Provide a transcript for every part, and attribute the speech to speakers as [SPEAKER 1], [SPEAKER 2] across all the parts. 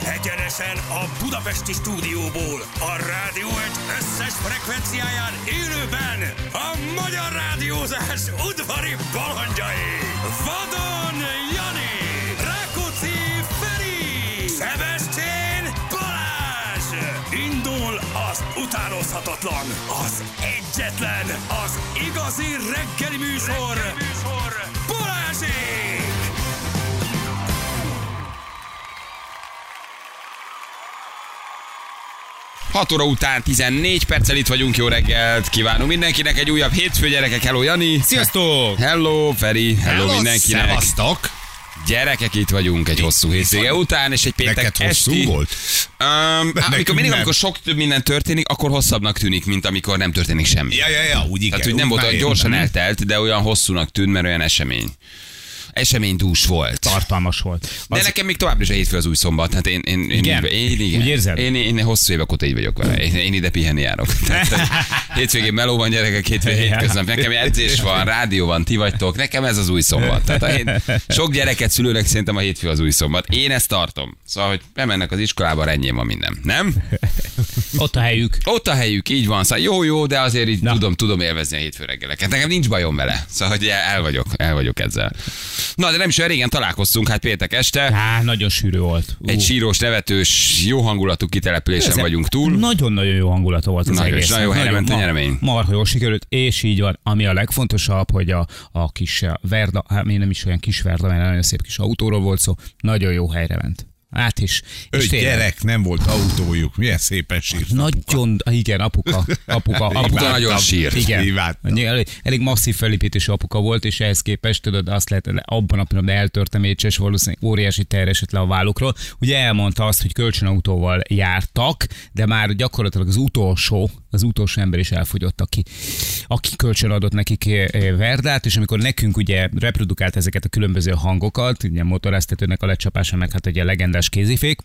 [SPEAKER 1] Élőben a Budapesti stúdióból a rádió egy összes frekvenciáján élőben a magyar rádiózás udvari balandjai. Vadon Jani, Rákóczi Feri, Szebestén Balázs. Indul az utánozhatatlan, az egyetlen, az igazi reggeli műsor, reggeli műsor. Balázsék!
[SPEAKER 2] Hat óra után 14 perccel itt vagyunk, jó reggelt kívánunk mindenkinek, egy újabb hétfő gyerekek, hello Jani!
[SPEAKER 3] Sziasztok!
[SPEAKER 2] Hello Feri, hello, mindenkinek!
[SPEAKER 3] Szevasztok!
[SPEAKER 2] Gyerekek, itt vagyunk egy hosszú hétvége után, és egy péntek
[SPEAKER 3] Neked hosszú
[SPEAKER 2] esti...
[SPEAKER 3] volt?
[SPEAKER 2] Um, amikor, mindig,
[SPEAKER 3] nem.
[SPEAKER 2] amikor sok több minden történik, akkor hosszabbnak tűnik, mint amikor nem történik semmi.
[SPEAKER 3] Ja, ja, ja, úgy igen.
[SPEAKER 2] Tehát, hogy nem
[SPEAKER 3] úgy
[SPEAKER 2] volt
[SPEAKER 3] már
[SPEAKER 2] olyan gyorsan
[SPEAKER 3] értem.
[SPEAKER 2] eltelt, de olyan hosszúnak tűnt, mert olyan esemény. Eseménydús volt.
[SPEAKER 4] tartalmas volt.
[SPEAKER 2] De nekem még továbbra is a hétfő az új szombat. Hát én, én, én,
[SPEAKER 4] Igen?
[SPEAKER 2] én, én, igen.
[SPEAKER 4] Úgy érzed?
[SPEAKER 2] Én, én, én hosszú évek óta így vagyok vele. Én, én ide pihenni járok. Tehát, hogy hétvégén meló van gyerekek, hétvégén
[SPEAKER 4] Ja.
[SPEAKER 2] hétköznap. Nekem edzés van, rádió van, ti vagytok. Nekem ez az új szombat. Tehát a hét, sok gyereket szülőnek szerintem a hétfő az új szombat. Én ezt tartom. Szóval, hogy bemennek az iskolába, rendjén van minden. Nem?
[SPEAKER 4] Ott a helyük.
[SPEAKER 2] Ott a helyük, így van. Szóval jó, jó, de azért így
[SPEAKER 4] Na.
[SPEAKER 2] tudom, tudom élvezni a hétfő reggeleket. Nekem nincs bajom vele. Szóval, hogy el vagyok, el vagyok ezzel. Na, de nem is olyan régen találkoztunk, hát péntek este.
[SPEAKER 4] Á, nagyon sűrű volt. Ú.
[SPEAKER 2] Egy sírós, nevetős, jó hangulatú kitelepülésen
[SPEAKER 4] Ez-
[SPEAKER 2] vagyunk túl.
[SPEAKER 4] Nagyon-nagyon jó hangulata volt az
[SPEAKER 2] Nagyon,
[SPEAKER 4] egész.
[SPEAKER 2] és nagyon helyre ment a nyeremény.
[SPEAKER 4] Marha jól sikerült, és így van. Ami a legfontosabb, hogy a, a kis Verda, hát még nem is olyan kis Verda, mert nagyon szép kis autóról volt szó, nagyon jó helyre ment. Hát is.
[SPEAKER 3] Ő
[SPEAKER 4] És tényleg,
[SPEAKER 3] gyerek, nem volt autójuk. Milyen szépen sírt.
[SPEAKER 4] nagyon, igen, apuka, apuka, apuka,
[SPEAKER 2] Apuka nagyon sírt.
[SPEAKER 4] Igen.
[SPEAKER 3] Imádtam.
[SPEAKER 4] Ugye, Elég, elég masszív felépítésű apuka volt, és ehhez képest tudod, azt lehet, abban a pillanatban eltörtem és valószínűleg óriási teher esett le a vállukról. Ugye elmondta azt, hogy kölcsönautóval jártak, de már gyakorlatilag az utolsó, az utolsó ember is elfogyott, aki, aki kölcsön adott nekik eh, eh, verdát, és amikor nekünk ugye reprodukált ezeket a különböző hangokat, ugye motoráztetőnek a lecsapása, meg hát ugye a legendás kézifék,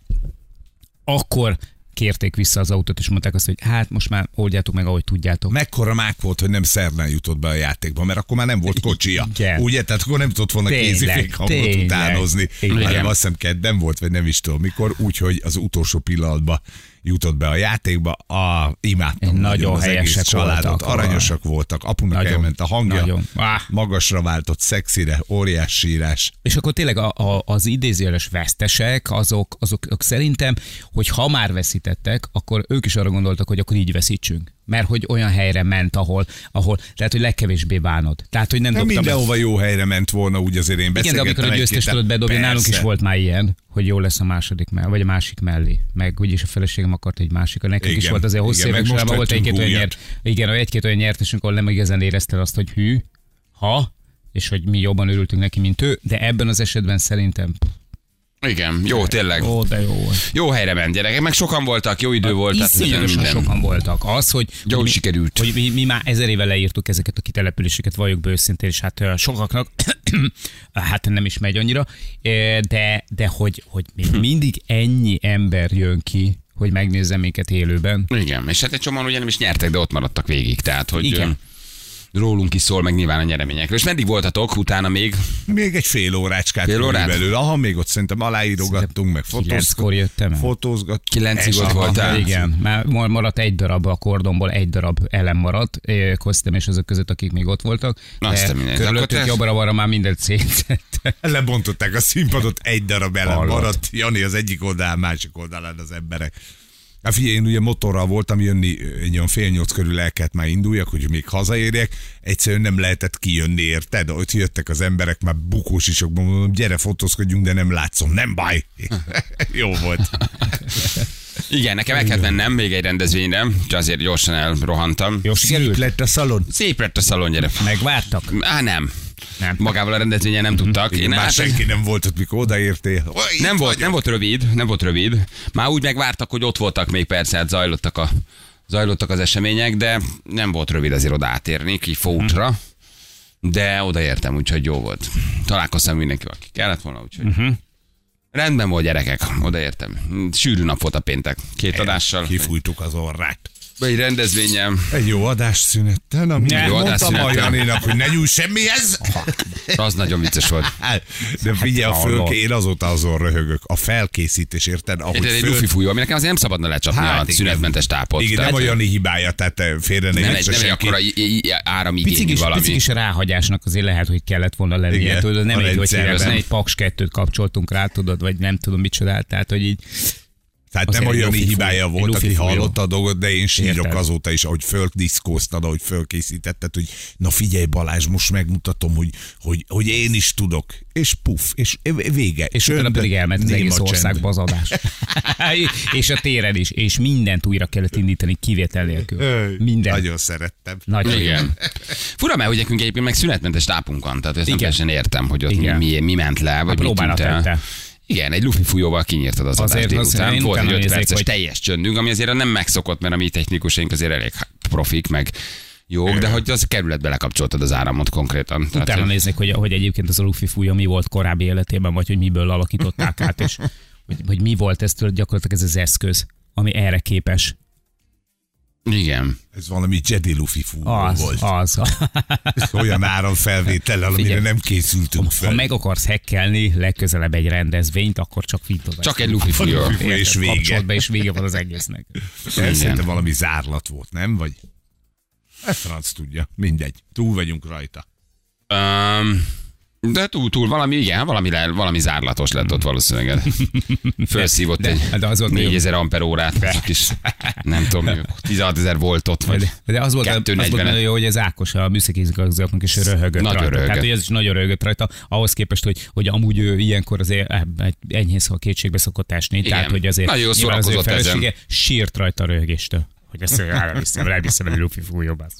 [SPEAKER 4] akkor kérték vissza az autót, és mondták azt, hogy hát most már oldjátok meg, ahogy tudjátok.
[SPEAKER 3] Mekkora mák volt, hogy nem szerdán jutott be a játékba, mert akkor már nem volt kocsija.
[SPEAKER 4] Igen.
[SPEAKER 3] Ugye? Tehát akkor nem tudott volna
[SPEAKER 4] Tényleg,
[SPEAKER 3] kézifék hangot
[SPEAKER 4] tényleg.
[SPEAKER 3] utánozni.
[SPEAKER 4] Igen.
[SPEAKER 3] Hanem azt hiszem kedden volt, vagy nem is tudom mikor, úgyhogy az utolsó pillanatban jutott be a játékba, a, imádtam
[SPEAKER 4] Nagyon
[SPEAKER 3] az egész
[SPEAKER 4] helyesek
[SPEAKER 3] családot,
[SPEAKER 4] voltak.
[SPEAKER 3] aranyosak voltak, apunak
[SPEAKER 4] Nagyon.
[SPEAKER 3] elment a hangja,
[SPEAKER 4] Nagyon. Áh.
[SPEAKER 3] magasra váltott szexire, óriás sírás.
[SPEAKER 4] És akkor tényleg a, a, az idézőjeles vesztesek, azok, azok, azok szerintem, hogy ha már veszítettek, akkor ők is arra gondoltak, hogy akkor így veszítsünk. Mert hogy olyan helyre ment, ahol, ahol tehát, hogy legkevésbé bánod. Tehát, hogy nem,
[SPEAKER 3] Nem
[SPEAKER 4] dobtam.
[SPEAKER 3] mindenhova jó helyre ment volna, úgy azért én
[SPEAKER 4] Igen, de
[SPEAKER 3] beszélgettem.
[SPEAKER 4] amikor egy győztes
[SPEAKER 3] egy-két-
[SPEAKER 4] tudod bedobni,
[SPEAKER 3] Persze.
[SPEAKER 4] nálunk is volt már ilyen, hogy jó lesz a második mell, vagy a másik mellé. Meg úgyis a feleségem akart egy másik, nekünk is
[SPEAKER 3] Igen,
[SPEAKER 4] volt azért hosszú
[SPEAKER 3] igen, meg
[SPEAKER 4] évek
[SPEAKER 3] most
[SPEAKER 4] sorában volt
[SPEAKER 3] vettünk
[SPEAKER 4] egy-két olyan,
[SPEAKER 3] újat.
[SPEAKER 4] nyert, igen, olyan egy-két olyan nyertesünk, ahol nem igazán érezted azt, hogy hű, ha, és hogy mi jobban örültünk neki, mint ő, de ebben az esetben szerintem
[SPEAKER 2] Igen, jó, tényleg.
[SPEAKER 4] Ó, Hát, de jó volt.
[SPEAKER 2] Jó helyre ment gyerekek, meg sokan voltak, jó idő
[SPEAKER 3] hát
[SPEAKER 2] volt. tehát
[SPEAKER 4] Iszonyatosan
[SPEAKER 2] minden-
[SPEAKER 4] sokan voltak. Az, hogy,
[SPEAKER 2] Jól
[SPEAKER 4] hogy mi-
[SPEAKER 2] sikerült.
[SPEAKER 4] Hogy mi, mi, már ezer éve leírtuk ezeket a kitelepüléseket, valljuk be őszintén, és hát ö, sokaknak hát nem is megy annyira, ö, de, de hogy, hogy
[SPEAKER 3] Hm.
[SPEAKER 4] még mindig ennyi ember jön ki, hogy megnézze minket élőben.
[SPEAKER 2] Igen, és hát egy csomóan ugye nem is nyertek, de ott maradtak végig. Tehát, hogy
[SPEAKER 4] Igen.
[SPEAKER 2] Igen. rólunk is szól, meg nyilván a nyereményekről. És meddig voltatok utána még?
[SPEAKER 3] Még egy fél órácskát
[SPEAKER 2] Fél órát?
[SPEAKER 3] körülbelül. Aha, még ott szerintem aláírogattunk, meg
[SPEAKER 4] Kilenckor
[SPEAKER 3] fotózgattunk.
[SPEAKER 4] jöttem el.
[SPEAKER 3] Fotózgattunk.
[SPEAKER 2] Kilencig ott
[SPEAKER 3] Este.
[SPEAKER 2] voltál?
[SPEAKER 4] Igen, már mar- maradt egy darab a kordomból, egy darab elem maradt, ö, Kosztem és azok között, akik még ott voltak.
[SPEAKER 2] Na, azt a mindenit. Akkor
[SPEAKER 4] Körülöttük
[SPEAKER 2] te-
[SPEAKER 4] jobbra-balra már mindent szétszette.
[SPEAKER 3] Lebontották a színpadot, egy darab ellen
[SPEAKER 4] Hallott.
[SPEAKER 3] maradt. Jani az egyik oldalán, másik oldalán az emberek. Hát figyelj, én ugye motorral voltam, jönni egy olyan fél nyolc körül el kellett már induljak, hogy még hazaérjek. Egyszerűen nem lehetett kijönni, érted? Ott jöttek az emberek, már bukós isokban mondom, gyere fotózkodjunk, de nem látszom, nem baj. Jó volt.
[SPEAKER 2] Igen, nekem el kellett mennem még egy rendezvényre, csak azért gyorsan elrohantam.
[SPEAKER 4] Jó, sikerült?
[SPEAKER 3] lett a szalon.
[SPEAKER 2] Szép lett a szalon, gyerek.
[SPEAKER 4] Megvártak?
[SPEAKER 2] Á, nem.
[SPEAKER 4] Nem.
[SPEAKER 2] Magával a rendezvényen nem tudtak.
[SPEAKER 3] Én már
[SPEAKER 2] hát-
[SPEAKER 3] senki nem volt ott, mikor odaértél. Ó, itt
[SPEAKER 2] nem volt,
[SPEAKER 3] vagyok.
[SPEAKER 2] nem volt rövid, nem volt rövid. Már úgy megvártak, hogy ott voltak még persze, hát zajlottak, a, zajlottak az események, de nem volt rövid azért oda átérni, ki fótra. De odaértem, úgyhogy jó volt. Találkoztam mindenkivel, aki kellett volna, úgyhogy... Uh-huh. Rendben volt, gyerekek, odaértem. Sűrű nap volt a péntek. Két adással.
[SPEAKER 3] Kifújtuk az orrát.
[SPEAKER 2] Egy rendezvényem.
[SPEAKER 3] Egy jó adásszünettel, amit
[SPEAKER 4] Ne.
[SPEAKER 3] ne,
[SPEAKER 4] Jó
[SPEAKER 3] mondtam a
[SPEAKER 2] adásszünettel.
[SPEAKER 3] Janinak, hogy ne nyúj semmihez.
[SPEAKER 2] Az nagyon vicces volt.
[SPEAKER 3] Hát, De figyelj, a
[SPEAKER 4] Hát hallod.
[SPEAKER 3] fölké, én azóta azon röhögök. A felkészítés, érted? Ahogy
[SPEAKER 2] Érted, egy
[SPEAKER 3] föl-
[SPEAKER 2] lufi fújó, ami nekem azért nem szabadna lecsapni
[SPEAKER 3] Hát
[SPEAKER 2] hát, a
[SPEAKER 3] igen.
[SPEAKER 2] szünetmentes tápot.
[SPEAKER 3] Igen,
[SPEAKER 2] Tehát
[SPEAKER 3] nem a Jani hibája, tehát eh, félre ne
[SPEAKER 2] nem egy,
[SPEAKER 3] értsen
[SPEAKER 2] nem egy
[SPEAKER 3] senki.
[SPEAKER 2] akkora i- i- i-
[SPEAKER 4] Picik
[SPEAKER 2] áramigényű
[SPEAKER 4] is, picik
[SPEAKER 2] valami.
[SPEAKER 4] is ráhagyásnak azért lehet, hogy kellett volna lenni.
[SPEAKER 3] Igen,
[SPEAKER 4] Igen, tudod, nem
[SPEAKER 3] a
[SPEAKER 4] egy, hogy hívják,
[SPEAKER 3] rendszerben.
[SPEAKER 4] nem egy Paks 2-t kapcsoltunk rá, tudod, vagy nem tudom micsodát, tehát hogy így
[SPEAKER 3] Tehát
[SPEAKER 4] Azért
[SPEAKER 3] nem a
[SPEAKER 4] egy
[SPEAKER 3] Jani
[SPEAKER 4] lufi fújó.
[SPEAKER 3] hibája
[SPEAKER 4] Egy
[SPEAKER 3] volt,
[SPEAKER 4] lufi
[SPEAKER 3] aki
[SPEAKER 4] fújó.
[SPEAKER 3] hallotta a dolgot, de én sírok
[SPEAKER 4] Értem.
[SPEAKER 3] azóta is, ahogy földiszkóztad, ahogy fölkészítetted, hogy na figyelj Balázs, most megmutatom, hogy, hogy, hogy én is tudok. És puff, és vége. És
[SPEAKER 4] utána
[SPEAKER 3] öntött
[SPEAKER 4] pedig elment az
[SPEAKER 3] néma
[SPEAKER 4] egész
[SPEAKER 3] csend.
[SPEAKER 4] országba az adás. és a téren is, és mindent újra kellett indítani kivétel nélkül.
[SPEAKER 3] Öj,
[SPEAKER 4] Minden.
[SPEAKER 3] Nagyon szerettem.
[SPEAKER 4] Nagy
[SPEAKER 2] Igen. Fura, mert hogy nekünk egyébként meg szünetmentes tápunk van, tehát ezt nem
[SPEAKER 4] Igen.
[SPEAKER 2] teljesen értem, hogy ott
[SPEAKER 4] Igen. Hát
[SPEAKER 2] mi, mi, ment le, vagy mi
[SPEAKER 4] próbára
[SPEAKER 2] tűnt el.
[SPEAKER 4] tette.
[SPEAKER 2] Igen, egy lufi fújóval kinyírtad az
[SPEAKER 4] Azért
[SPEAKER 2] adást
[SPEAKER 4] az-
[SPEAKER 2] délután.
[SPEAKER 4] én
[SPEAKER 2] Volt egy
[SPEAKER 4] utána
[SPEAKER 2] 5
[SPEAKER 4] nézek,
[SPEAKER 2] perces
[SPEAKER 4] hogy-
[SPEAKER 2] teljes csöndünk, ami azért nem megszokott, mert a mi technikusaink azért elég profik, meg jók, de hogy az kerületbe lekapcsoltad az áramot konkrétan.
[SPEAKER 3] Hát,
[SPEAKER 2] Tehát,
[SPEAKER 4] Utána
[SPEAKER 2] hogy-
[SPEAKER 4] néznek, hogy, hogy egyébként az a lufi fúja mi volt korábbi életében, vagy hogy miből alakították át, és hogy, hogy mi volt ez tőle gyakorlatilag ez az eszköz, ami erre képes.
[SPEAKER 2] Igen.
[SPEAKER 3] Ez valami Jedi Luffy fú
[SPEAKER 4] Az,
[SPEAKER 3] volt.
[SPEAKER 4] az.
[SPEAKER 3] Olyan áramfelvétellel, amire
[SPEAKER 4] Figyelj.
[SPEAKER 3] nem készültünk
[SPEAKER 4] Ha
[SPEAKER 3] fel.
[SPEAKER 4] meg akarsz hekkelni legközelebb egy rendezvényt, akkor csak fintod.
[SPEAKER 2] Csak egy lufi fújó.
[SPEAKER 3] Fújó és vége.
[SPEAKER 4] Kapcsolod be, és vége van az egésznek.
[SPEAKER 3] Ez
[SPEAKER 2] Igen.
[SPEAKER 3] szerintem valami zárlat volt, nem? Vagy... E franc tudja, mindegy. Túl vagyunk rajta.
[SPEAKER 2] Um, de túl, túl, valami, igen, valami, le, valami zárlatos lett ott valószínűleg. Felszívott
[SPEAKER 4] De-
[SPEAKER 2] egy
[SPEAKER 4] de az volt
[SPEAKER 2] 4000 amper órát, csak is, nem tudom, mi, 16 ezer voltot, vagy
[SPEAKER 4] De az volt, az volt
[SPEAKER 2] 240
[SPEAKER 4] nagyon jó, hogy az Ákos a műszaki igazgatóknak is röhögött
[SPEAKER 2] Nagyon
[SPEAKER 4] rajta.
[SPEAKER 2] röhögött.
[SPEAKER 4] Tehát, hogy ez is nagyon röhögött rajta, ahhoz képest, hogy, hogy amúgy ő ilyenkor azért eh, egy- enyhén szóval kétségbe szokott esni.
[SPEAKER 2] Igen.
[SPEAKER 4] Tehát, hogy azért
[SPEAKER 2] Nagyon jól
[SPEAKER 4] nyilván az ő
[SPEAKER 2] szórakozott ezen.
[SPEAKER 4] felesége sírt rajta a röhögéstől. Hogy ezt elviszem, elviszem, hogy Luffy fújó bassz.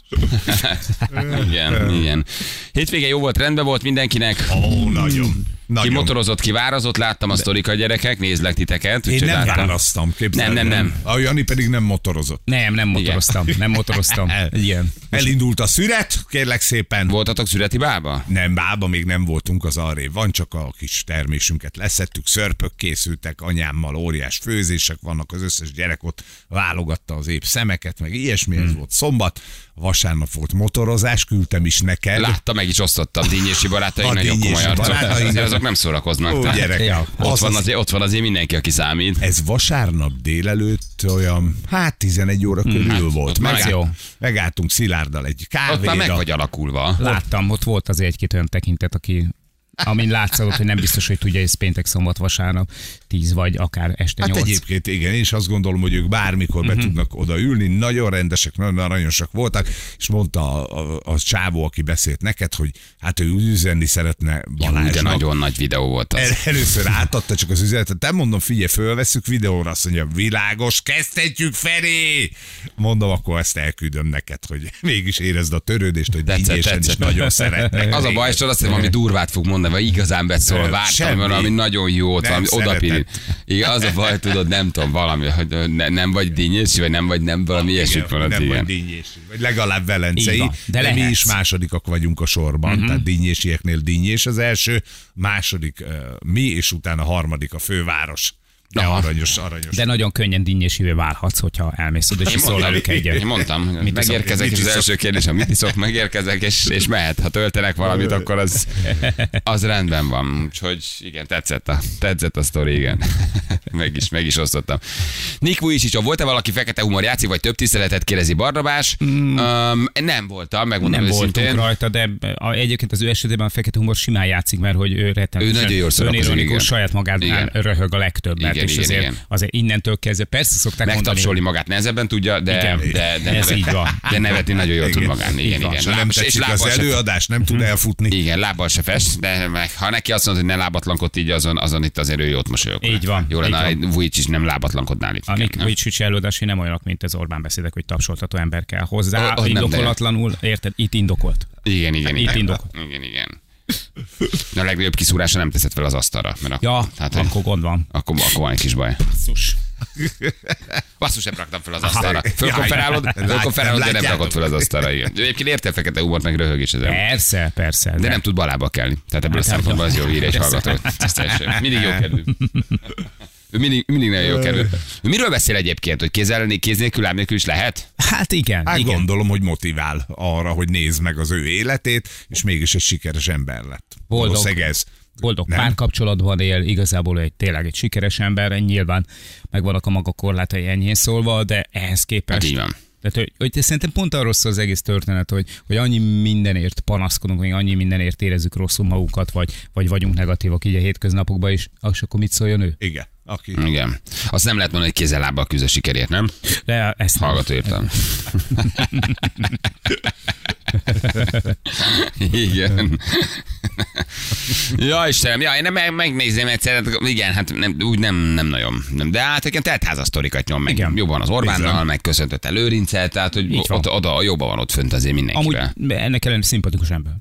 [SPEAKER 2] igen, igen. Hétvége jó volt, rendben volt mindenkinek.
[SPEAKER 3] Ó, nagyon.
[SPEAKER 2] Ki
[SPEAKER 3] nagyon.
[SPEAKER 2] motorozott, ki vározott, láttam a sztorika gyerekek, nézlek titeket.
[SPEAKER 3] Én
[SPEAKER 2] úgyhogy
[SPEAKER 3] nem
[SPEAKER 2] láttam.
[SPEAKER 3] választam, képzeld.
[SPEAKER 2] Nem, nem, nem.
[SPEAKER 3] A Jani pedig nem motorozott.
[SPEAKER 4] Nem, nem motoroztam, nem motoroztam. Igen.
[SPEAKER 3] Elindult a szüret, kérlek szépen.
[SPEAKER 2] Voltatok születi bába?
[SPEAKER 3] Nem, bába, még nem voltunk az arré. Van csak a kis termésünket leszettük, szörpök készültek, anyámmal óriás főzések vannak, az összes gyerek ott válogatta az épp szemeket, meg ilyesmi,
[SPEAKER 2] Hmm.
[SPEAKER 3] ez volt szombat. Vasárnap volt motorozás, küldtem is neked.
[SPEAKER 2] Látta, meg is osztottam dinnyési barátaim,
[SPEAKER 3] A
[SPEAKER 2] nagyon
[SPEAKER 3] dinnyési
[SPEAKER 2] komoly arcok.
[SPEAKER 3] barátaim.
[SPEAKER 2] Azért azok nem szórakoznak.
[SPEAKER 3] Ó,
[SPEAKER 2] tehát
[SPEAKER 3] gyerek.
[SPEAKER 4] Ja.
[SPEAKER 2] Ott,
[SPEAKER 3] Az-
[SPEAKER 2] van
[SPEAKER 3] az-
[SPEAKER 2] azért, ott van azért mindenki, aki számít.
[SPEAKER 3] ez vasárnap délelőtt olyan, hát 11 óra körül volt.
[SPEAKER 2] Hmm. Hát, ott már
[SPEAKER 3] Megállt-
[SPEAKER 4] jó.
[SPEAKER 3] Megálltunk Szilárdal egy
[SPEAKER 2] Ott már meg
[SPEAKER 3] kávéra.
[SPEAKER 2] vagy alakulva.
[SPEAKER 4] Láttam, ott volt azért egy-két olyan tekintet, aki amin látszott, hogy nem biztos, hogy tudja, hogy ez péntek, szombat, vasárnap, tíz vagy akár este
[SPEAKER 3] Hát
[SPEAKER 4] nyolc.
[SPEAKER 3] egyébként igen, én is azt gondolom, hogy ők bármikor
[SPEAKER 2] Hmm.
[SPEAKER 3] be tudnak odaülni, nagyon rendesek, nagyon aranyosak voltak, és mondta a, a, a csávó, aki beszélt neked, hogy hát ő üzenni szeretne
[SPEAKER 2] Hú, de
[SPEAKER 3] Balázsnak.
[SPEAKER 2] nagyon nagy videó volt az.
[SPEAKER 3] El, először átadta csak az üzenetet, nem mondom, figyelj, fölveszük videóra, azt mondja, világos, kezdhetjük felé! Mondom, akkor ezt elküldöm neked, hogy mégis érezd a törődést, hogy
[SPEAKER 2] Tetszett,
[SPEAKER 3] tetszett, tetszett. is
[SPEAKER 2] tetszett.
[SPEAKER 3] nagyon szeretnek.
[SPEAKER 2] Az a baj, és azt hiszem, valami durvát fog mondani, vagy igazán beszól,
[SPEAKER 3] Nem,
[SPEAKER 2] vártam
[SPEAKER 3] semmi.
[SPEAKER 2] valami nagyon jót,
[SPEAKER 3] Nem
[SPEAKER 2] valami
[SPEAKER 3] szeretett.
[SPEAKER 2] odapillant. Igen, az a baj, tudod, nem tudom, valami, hogy ne, nem vagy dinnyési, vagy nem vagy nem, valami ilyesmi van az
[SPEAKER 3] nem vagy
[SPEAKER 2] igen.
[SPEAKER 3] dinnyési. Vagy legalább
[SPEAKER 4] Így
[SPEAKER 3] velencei.
[SPEAKER 4] van,
[SPEAKER 3] De,
[SPEAKER 4] de
[SPEAKER 3] de mi
[SPEAKER 4] lehetsz.
[SPEAKER 3] is másodikak vagyunk a sorban.
[SPEAKER 2] Mhm.
[SPEAKER 3] Uh-huh. Tehát dinnyésieknél dinnyés az első, második uh, mi, és utána harmadik a főváros. De
[SPEAKER 2] Aha.
[SPEAKER 3] aranyos, aranyos.
[SPEAKER 4] De nagyon könnyen dinnyésévé válhatsz, hogyha elmész oda, és
[SPEAKER 2] Én
[SPEAKER 4] szól
[SPEAKER 2] mondtam,
[SPEAKER 4] velük egyet.
[SPEAKER 2] én mondtam, hogy
[SPEAKER 4] Mit iszok?
[SPEAKER 2] megérkezek,
[SPEAKER 3] Mit
[SPEAKER 2] és az
[SPEAKER 3] iszok?
[SPEAKER 2] első kérdés, amit iszok, megérkezek, és, és mehet. Ha töltenek valamit, akkor az, az rendben van. Úgyhogy igen, tetszett a, tetszett a sztori, igen. meg, is, meg is osztottam. Nick Vujicic, volt-e valaki fekete humor játszik, vagy több tiszteletet kérdezi Barnabás? Mm. Um, nem voltam, megmondom
[SPEAKER 4] Nem
[SPEAKER 2] őszintén.
[SPEAKER 4] voltunk rajta, de a, egyébként az ő esetében a fekete humor simán játszik, mert hogy ő
[SPEAKER 2] Ő
[SPEAKER 4] rettenetesen
[SPEAKER 2] nagyon jól szórakozik,
[SPEAKER 4] önironikus,
[SPEAKER 2] igen.
[SPEAKER 4] saját magánál
[SPEAKER 2] Igen.
[SPEAKER 4] röhög a legtöbbet,
[SPEAKER 2] Igen,
[SPEAKER 4] és
[SPEAKER 2] igen,
[SPEAKER 4] azért,
[SPEAKER 2] igen.
[SPEAKER 4] azért innentől kezdve persze szokták
[SPEAKER 2] Megtapsolni
[SPEAKER 4] mondani,
[SPEAKER 2] magát nehezebben tudja, de,
[SPEAKER 4] Igen.
[SPEAKER 2] de, de, de,
[SPEAKER 4] Ez
[SPEAKER 2] nevet-
[SPEAKER 4] így van.
[SPEAKER 2] de nevetni nagyon jól tud magán. Igen, igen.
[SPEAKER 3] És ha nem
[SPEAKER 2] Láb- és Mhm.
[SPEAKER 3] tetszik az
[SPEAKER 2] lábbal se-
[SPEAKER 3] előadás, nem tud elfutni.
[SPEAKER 2] Igen, lábbal se fest, de meg, ha neki azt mondod, hogy ne lábatlankodj így, azon, azon itt azért ő jót mosolyog.
[SPEAKER 4] Így van,
[SPEAKER 2] Jó
[SPEAKER 4] így
[SPEAKER 2] lenne,
[SPEAKER 4] van.
[SPEAKER 2] ha Vujcs is nem lábatlankodnál itt.
[SPEAKER 4] a Nick
[SPEAKER 2] nem?
[SPEAKER 4] Vujicic előadási nem olyanok, mint az Orbán beszédek, hogy tapsoltató ember kell hozzá,
[SPEAKER 2] Hogy- hogy nem
[SPEAKER 4] indokolatlanul, érted, itt indokolt.
[SPEAKER 2] Igen, igen,
[SPEAKER 4] Itt
[SPEAKER 2] igen.
[SPEAKER 4] indok.
[SPEAKER 2] Igen, igen. Na, a legnagyobb kiszúrása nem teszed fel az asztalra. Mert
[SPEAKER 4] Ja,
[SPEAKER 2] hát,
[SPEAKER 4] akkor gond van.
[SPEAKER 2] akkor, akkor van egy kis baj.
[SPEAKER 4] Basszus.
[SPEAKER 2] Basszus, nem raktam fel az asztalra. Fölkonferálod,
[SPEAKER 3] Jaj,
[SPEAKER 2] fölkonferálod, de nem
[SPEAKER 3] látjátok.
[SPEAKER 2] rakod fel az asztalra. Igen. Egyébként érte fekete humort, meg röhög is ezen.
[SPEAKER 4] Persze, persze.
[SPEAKER 2] De nem tud balába kelni. Tehát ebből a szempontból az jó hír és hallgató. Tisztesség. Mindig jó kedvű. Ő mindig, mindig nagyon jó kedvű. Ő Miről beszél egyébként, hogy kéz elleni, kéz nélkül, ám nélkül is lehet?
[SPEAKER 4] Hát igen,
[SPEAKER 3] Hát
[SPEAKER 4] igen.
[SPEAKER 3] gondolom, hogy motivál arra, hogy nézd meg az ő életét, és mégis egy sikeres ember lett.
[SPEAKER 4] Boldog.
[SPEAKER 3] Valószínűleg ez.
[SPEAKER 4] Boldog
[SPEAKER 3] Nem?
[SPEAKER 4] párkapcsolatban él, igazából egy tényleg egy sikeres ember, nyilván megvannak a maga korlátai enyhén szólva, de ehhez képest...
[SPEAKER 2] Hát így van.
[SPEAKER 4] Tehát, hogy, hogy szerintem pont arról szól az egész történet, hogy, hogy annyi mindenért panaszkodunk, vagy annyi mindenért érezzük rosszul magunkat, vagy, vagy vagyunk negatívak így a hétköznapokban is, és akkor mit szóljon ő?
[SPEAKER 3] Igen. Aki.
[SPEAKER 4] Mm.
[SPEAKER 2] Igen. Azt nem lehet mondani, hogy kézzel lábbal küzd a sikerért, nem?
[SPEAKER 4] De ezt nem.
[SPEAKER 2] Hallgató értem. igen. ja, Istenem, ja, én nem, meg- megnézném egyszer, hát igen, hát nem, úgy nem, nem nagyon. Nem, de hát igen, teltházas sztorikat nyom meg. Igen.
[SPEAKER 4] Igen.
[SPEAKER 2] Jobban az Orbánnal, igen. meg köszöntött el Lőrinccel, tehát hogy
[SPEAKER 4] Így van.
[SPEAKER 2] oda, oda, jobban van ott fönt azért
[SPEAKER 4] Amúgy
[SPEAKER 2] mindenkivel.
[SPEAKER 4] ennek ellenére szimpatikus ember.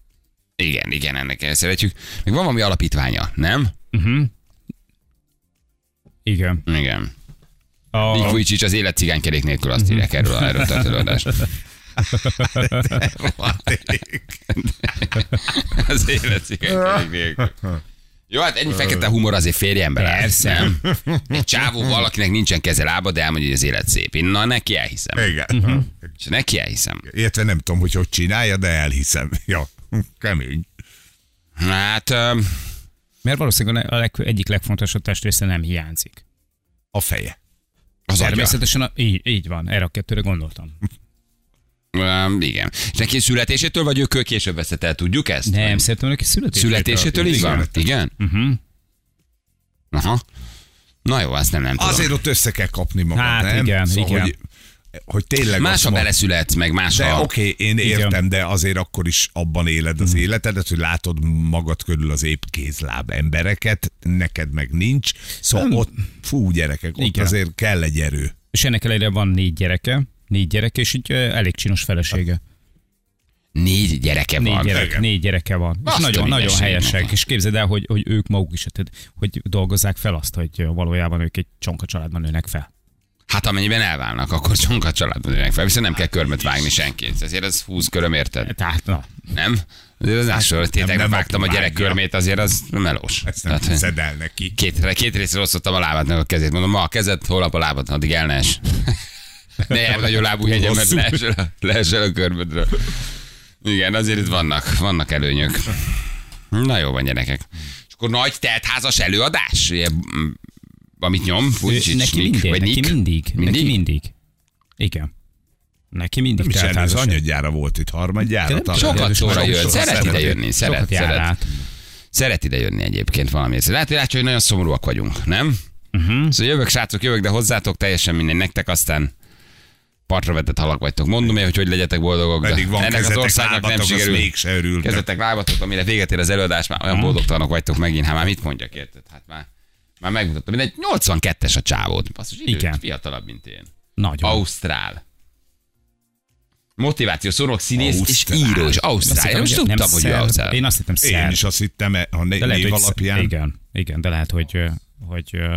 [SPEAKER 2] Igen, igen, ennek el szeretjük. Még van valami alapítványa, nem?
[SPEAKER 4] Igen.
[SPEAKER 2] Igen.
[SPEAKER 4] A...
[SPEAKER 2] Nick Vujicic az élet cigánykerék nélkül azt írják erről, erről tart előadást. az élet cigánykerék nélkül. Jó, hát ennyi fekete humor azért férj ember. át,
[SPEAKER 4] Persze.
[SPEAKER 2] nem? Egy csávó valakinek nincsen keze lába, de elmondja, hogy az élet szép. Én na, neki elhiszem.
[SPEAKER 3] Igen.
[SPEAKER 4] Mhm.
[SPEAKER 3] Uh-huh.
[SPEAKER 2] És neki elhiszem.
[SPEAKER 3] Értve nem tudom, hogy hogy csinálja, de elhiszem. Ja, kemény.
[SPEAKER 2] Hát, öm,
[SPEAKER 4] Mert valószínűleg a leg, egyik legfontosabb testrésze nem hiányzik.
[SPEAKER 3] A feje.
[SPEAKER 2] az agya.
[SPEAKER 4] Természetesen a, így, így van, erre a kettőre gondoltam.
[SPEAKER 2] Öm, igen. És neki születésétől, vagy ő később veszett el, tudjuk ezt?
[SPEAKER 4] Nem, szerintem neki születésétől.
[SPEAKER 2] Születésétől így van? Igen? Uh-huh. Aha. Na jó, azt nem, nem tudom.
[SPEAKER 3] Azért ott össze kell kapni magad,
[SPEAKER 4] Hát
[SPEAKER 3] nem? Szóval,
[SPEAKER 4] igen, igen.
[SPEAKER 3] Hogy, hogy tényleg
[SPEAKER 2] Más,
[SPEAKER 3] azt
[SPEAKER 2] ha
[SPEAKER 3] mond-
[SPEAKER 2] beleszületsz, meg más,
[SPEAKER 3] De
[SPEAKER 2] ha...
[SPEAKER 3] oké, okay, én
[SPEAKER 4] Igen. Mhm.
[SPEAKER 3] értem, de azért akkor is abban éled az életedet, hogy látod magad körül az épp kézláb embereket, neked meg nincs. Szóval
[SPEAKER 4] Nem.
[SPEAKER 3] ott, fú gyerekek, ott
[SPEAKER 4] Igen.
[SPEAKER 3] azért kell egy erő.
[SPEAKER 4] És ennek ellenére van négy gyereke, négy gyerek, és így ö, elég csinos
[SPEAKER 2] Hát
[SPEAKER 4] felesége.
[SPEAKER 2] Négy gyereke
[SPEAKER 4] Négy,
[SPEAKER 2] van.
[SPEAKER 4] gyerek,
[SPEAKER 3] igen.
[SPEAKER 4] négy gyereke van.
[SPEAKER 2] Azt
[SPEAKER 4] és
[SPEAKER 2] a
[SPEAKER 4] nagyon, nagyon
[SPEAKER 2] mindenségnek.
[SPEAKER 4] helyesek. És képzeld el, hogy, hogy ők maguk is, tehát, hogy dolgozzák fel azt, hogy ö, valójában ők egy csonka családban nőnek fel.
[SPEAKER 2] Hát amennyiben elválnak, akkor csonka családban jönnek fel, viszont nem kell körmöt vágni senkit. Ezért ez 20 köröm, érted?
[SPEAKER 4] Tehát, na,
[SPEAKER 2] Nem? Azért az másról, tétekbe
[SPEAKER 3] nem
[SPEAKER 2] vágtam a
[SPEAKER 3] apu
[SPEAKER 2] gyerek
[SPEAKER 3] vágja.
[SPEAKER 2] körmét, azért az melós.
[SPEAKER 3] Ezt nem
[SPEAKER 2] Tehát,
[SPEAKER 3] hiszed el neki.
[SPEAKER 2] két, két részre rosszottam a lábát, meg a kezét. Mondom, ma a kezed, holnap a lábad, addig el ne es. Ne járj nagyon lábú hegyen, mert
[SPEAKER 3] Hosszú.
[SPEAKER 2] leesel a, leesel a körmödről. Igen, azért itt vannak, vannak előnyök. Na jó van, gyerekek. És akkor nagy teltházas előadás? Ugye, mm, amit nyom, Fucsics,
[SPEAKER 4] neki
[SPEAKER 2] Nick,
[SPEAKER 4] mindig,
[SPEAKER 2] vagy
[SPEAKER 4] neki
[SPEAKER 2] Nick?
[SPEAKER 4] mindig,
[SPEAKER 2] Mindig?
[SPEAKER 4] neki mindig. Igen. Neki mindig.
[SPEAKER 3] Mit
[SPEAKER 4] tehát
[SPEAKER 3] csinál, ez
[SPEAKER 4] házasság.
[SPEAKER 3] anyadjára volt itt, harmadjára
[SPEAKER 4] nem
[SPEAKER 3] talán.
[SPEAKER 2] Sokat szóra jön,
[SPEAKER 3] Sokat
[SPEAKER 2] szeret ide jönni, szeret,
[SPEAKER 4] Sokat jár
[SPEAKER 2] szeret.
[SPEAKER 4] át.
[SPEAKER 2] Szeret ide jönni egyébként valamiért. Szóval Látja, látja, hogy nagyon szomorúak vagyunk, nem? Uh-huh. Szóval jövök, srácok, jövök, de hozzátok teljesen minden. Nektek aztán partra vetett halak vagytok. Mondom én, hogy hogy legyetek boldogok, de
[SPEAKER 3] Pedig van
[SPEAKER 2] ennek az
[SPEAKER 3] kezetek,
[SPEAKER 2] országnak nem
[SPEAKER 3] lábatok, az
[SPEAKER 2] sikerül.
[SPEAKER 3] mégse örültek.
[SPEAKER 2] Kezetek, lábatok, amire véget ér az előadás, már olyan boldogtalanok vagytok megint. Hát már mit mondjak, érted? Hát már, már megmutattam. Mindegy, 82-es a csávót. Basszus, idő,
[SPEAKER 4] Igen.
[SPEAKER 2] fiatalabb, mint én.
[SPEAKER 4] Nagyon.
[SPEAKER 2] Ausztrál. Motiváció, szorok színész
[SPEAKER 3] Ausztrál.
[SPEAKER 2] és író, és Ausztrál. Én most tudtam, hogy ő
[SPEAKER 4] szerb.
[SPEAKER 2] Ausztrál.
[SPEAKER 4] Én azt hittem
[SPEAKER 3] Én
[SPEAKER 4] szerb.
[SPEAKER 3] is azt hittem, eh, ha né-
[SPEAKER 4] De lehet,
[SPEAKER 3] név
[SPEAKER 4] hogy sz-
[SPEAKER 3] alapján.
[SPEAKER 4] Igen, igen, de lehet, hogy, ö, hogy ö,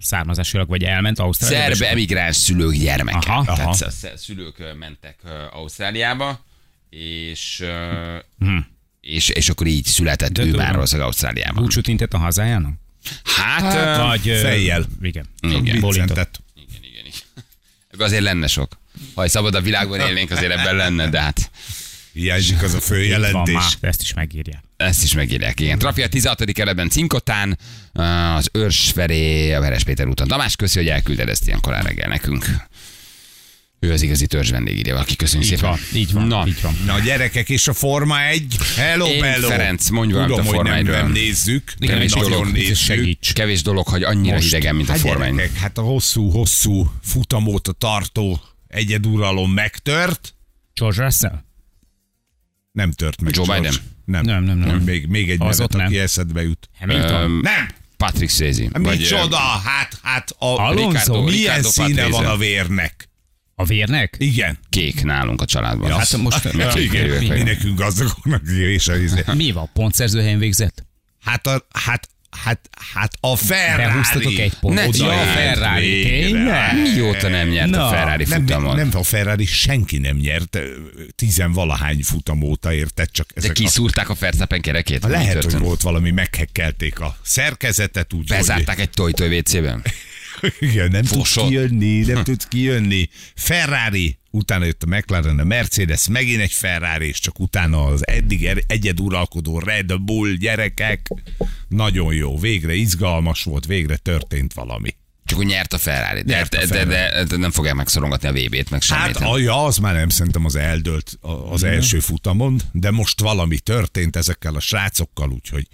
[SPEAKER 4] származásilag vagy elment Ausztráliába.
[SPEAKER 2] Szerb
[SPEAKER 4] és-
[SPEAKER 2] emigráns szülők gyermeke. Aha,
[SPEAKER 4] Aha,
[SPEAKER 2] Tehát
[SPEAKER 4] aha.
[SPEAKER 2] a sz- szülők ö, mentek ö, Ausztráliába, és, ö, és, és akkor így született
[SPEAKER 4] De
[SPEAKER 2] ő
[SPEAKER 4] durva.
[SPEAKER 2] már valószínűleg Ausztráliában.
[SPEAKER 4] Búcsút intett a hazájának?
[SPEAKER 2] Hát, ö,
[SPEAKER 4] Vagy, ö,
[SPEAKER 3] fejjel.
[SPEAKER 4] Igen.
[SPEAKER 2] Igen.
[SPEAKER 4] Bolintott.
[SPEAKER 3] Vincentett.
[SPEAKER 2] igen, igen, igen. Ebben azért lenne sok. Ha egy szabad a világban élnénk, azért ebben lenne, de hát
[SPEAKER 3] Hiányzik az a
[SPEAKER 4] Itt van már,
[SPEAKER 3] főjelentés.
[SPEAKER 4] Ezt is megírja.
[SPEAKER 2] ezt is megírják. Igen. Trafi a 16. kerületben Cinkotán, ö, az Őrs felé, a Veres Péter úton. Tamás, köszi, hogy elküldted ezt ilyen korán reggel nekünk. Ő az igazi törzs vendég, írja valaki. Köszönjük
[SPEAKER 4] Így
[SPEAKER 2] szépen.
[SPEAKER 4] van, így van,
[SPEAKER 2] Na,
[SPEAKER 4] így van.
[SPEAKER 3] Na gyerekek, és a Forma egy. Hello,
[SPEAKER 2] Én,
[SPEAKER 3] bello.
[SPEAKER 2] Ferenc, mondj valamit
[SPEAKER 3] Tudom,
[SPEAKER 2] a Forma
[SPEAKER 3] hogy nem,
[SPEAKER 2] 1-ről.
[SPEAKER 3] nem nézzük.
[SPEAKER 2] Igen,
[SPEAKER 3] nem
[SPEAKER 2] és
[SPEAKER 3] nagyon
[SPEAKER 2] dolog.
[SPEAKER 3] nézzük.
[SPEAKER 4] Segíts.
[SPEAKER 2] Kevés dolog, hogy annyira Most, hidegen, mint a
[SPEAKER 3] hát
[SPEAKER 2] formány.
[SPEAKER 3] Gyerekek, hát a hosszú-hosszú futamóta tartó egyeduralom megtört.
[SPEAKER 4] George Russell?
[SPEAKER 3] Nem tört meg.
[SPEAKER 2] Joe
[SPEAKER 3] George.
[SPEAKER 2] Biden?
[SPEAKER 3] Nem.
[SPEAKER 4] Nem, nem, nem.
[SPEAKER 3] Még, még egy
[SPEAKER 4] Az
[SPEAKER 3] nevet,
[SPEAKER 4] ott nem.
[SPEAKER 3] aki eszedbe jut.
[SPEAKER 4] Hamilton?
[SPEAKER 2] Öm,
[SPEAKER 3] Nem!
[SPEAKER 2] Patrick Swayze.
[SPEAKER 3] Vagy, Micsoda! Hát, hát a...
[SPEAKER 4] Alonso?
[SPEAKER 3] Ricardo, milyen
[SPEAKER 2] Ricardo
[SPEAKER 3] színe
[SPEAKER 2] Patrese.
[SPEAKER 3] van a vérnek?
[SPEAKER 4] A vérnek?
[SPEAKER 3] Igen.
[SPEAKER 2] Kék nálunk a családban.
[SPEAKER 3] Ja,
[SPEAKER 2] Hát,
[SPEAKER 4] Hát most...
[SPEAKER 2] Meg kék
[SPEAKER 3] Igen,
[SPEAKER 2] kerülök
[SPEAKER 3] mi
[SPEAKER 2] meg.
[SPEAKER 3] nekünk gazdagoknak és a izé.
[SPEAKER 4] Mi van? Pontszerzőhelyen végzett?
[SPEAKER 3] Hát, a, hát Hát, hát a Ferrari.
[SPEAKER 4] Behúztatok egy pontot.
[SPEAKER 2] Ne
[SPEAKER 4] Oda
[SPEAKER 2] csináld
[SPEAKER 4] a Ferrari.
[SPEAKER 3] végre.
[SPEAKER 4] Tényleg?
[SPEAKER 2] Mióta nem nyert
[SPEAKER 4] Na,
[SPEAKER 2] a Ferrari
[SPEAKER 3] Nem,
[SPEAKER 2] futamon?
[SPEAKER 3] nem, a Ferrari senki nem nyert, ö, tizenvalahány futam óta érted, csak
[SPEAKER 2] De
[SPEAKER 3] ezek a
[SPEAKER 2] kiszúrták a Fersztappen kerekét? Mi
[SPEAKER 3] Lehet, hogy
[SPEAKER 2] történt?
[SPEAKER 3] volt valami, meghekkelték a szerkezetet, úgy,
[SPEAKER 2] Bezárták egy tojtoj WC-ben.
[SPEAKER 3] hogy igen, nem tudsz
[SPEAKER 2] Fosott.
[SPEAKER 3] kijönni, nem tudsz kijönni. Ferrari, utána jött a McLaren, a Mercedes, megint egy Ferrari, és csak utána az eddig er- egyeduralkodó Red Bull gyerekek. Nagyon jó, végre izgalmas volt, végre történt valami.
[SPEAKER 2] Csak úgy nyert a Ferrari. De,
[SPEAKER 3] Nyert a
[SPEAKER 2] de, de, de, de nem fogják megszorongatni a VB-t, meg semmit.
[SPEAKER 3] Hát alja, az már nem szerintem az eldölt a- az
[SPEAKER 2] Mhm.
[SPEAKER 3] első futamon, de most valami történt ezekkel a srácokkal, úgyhogy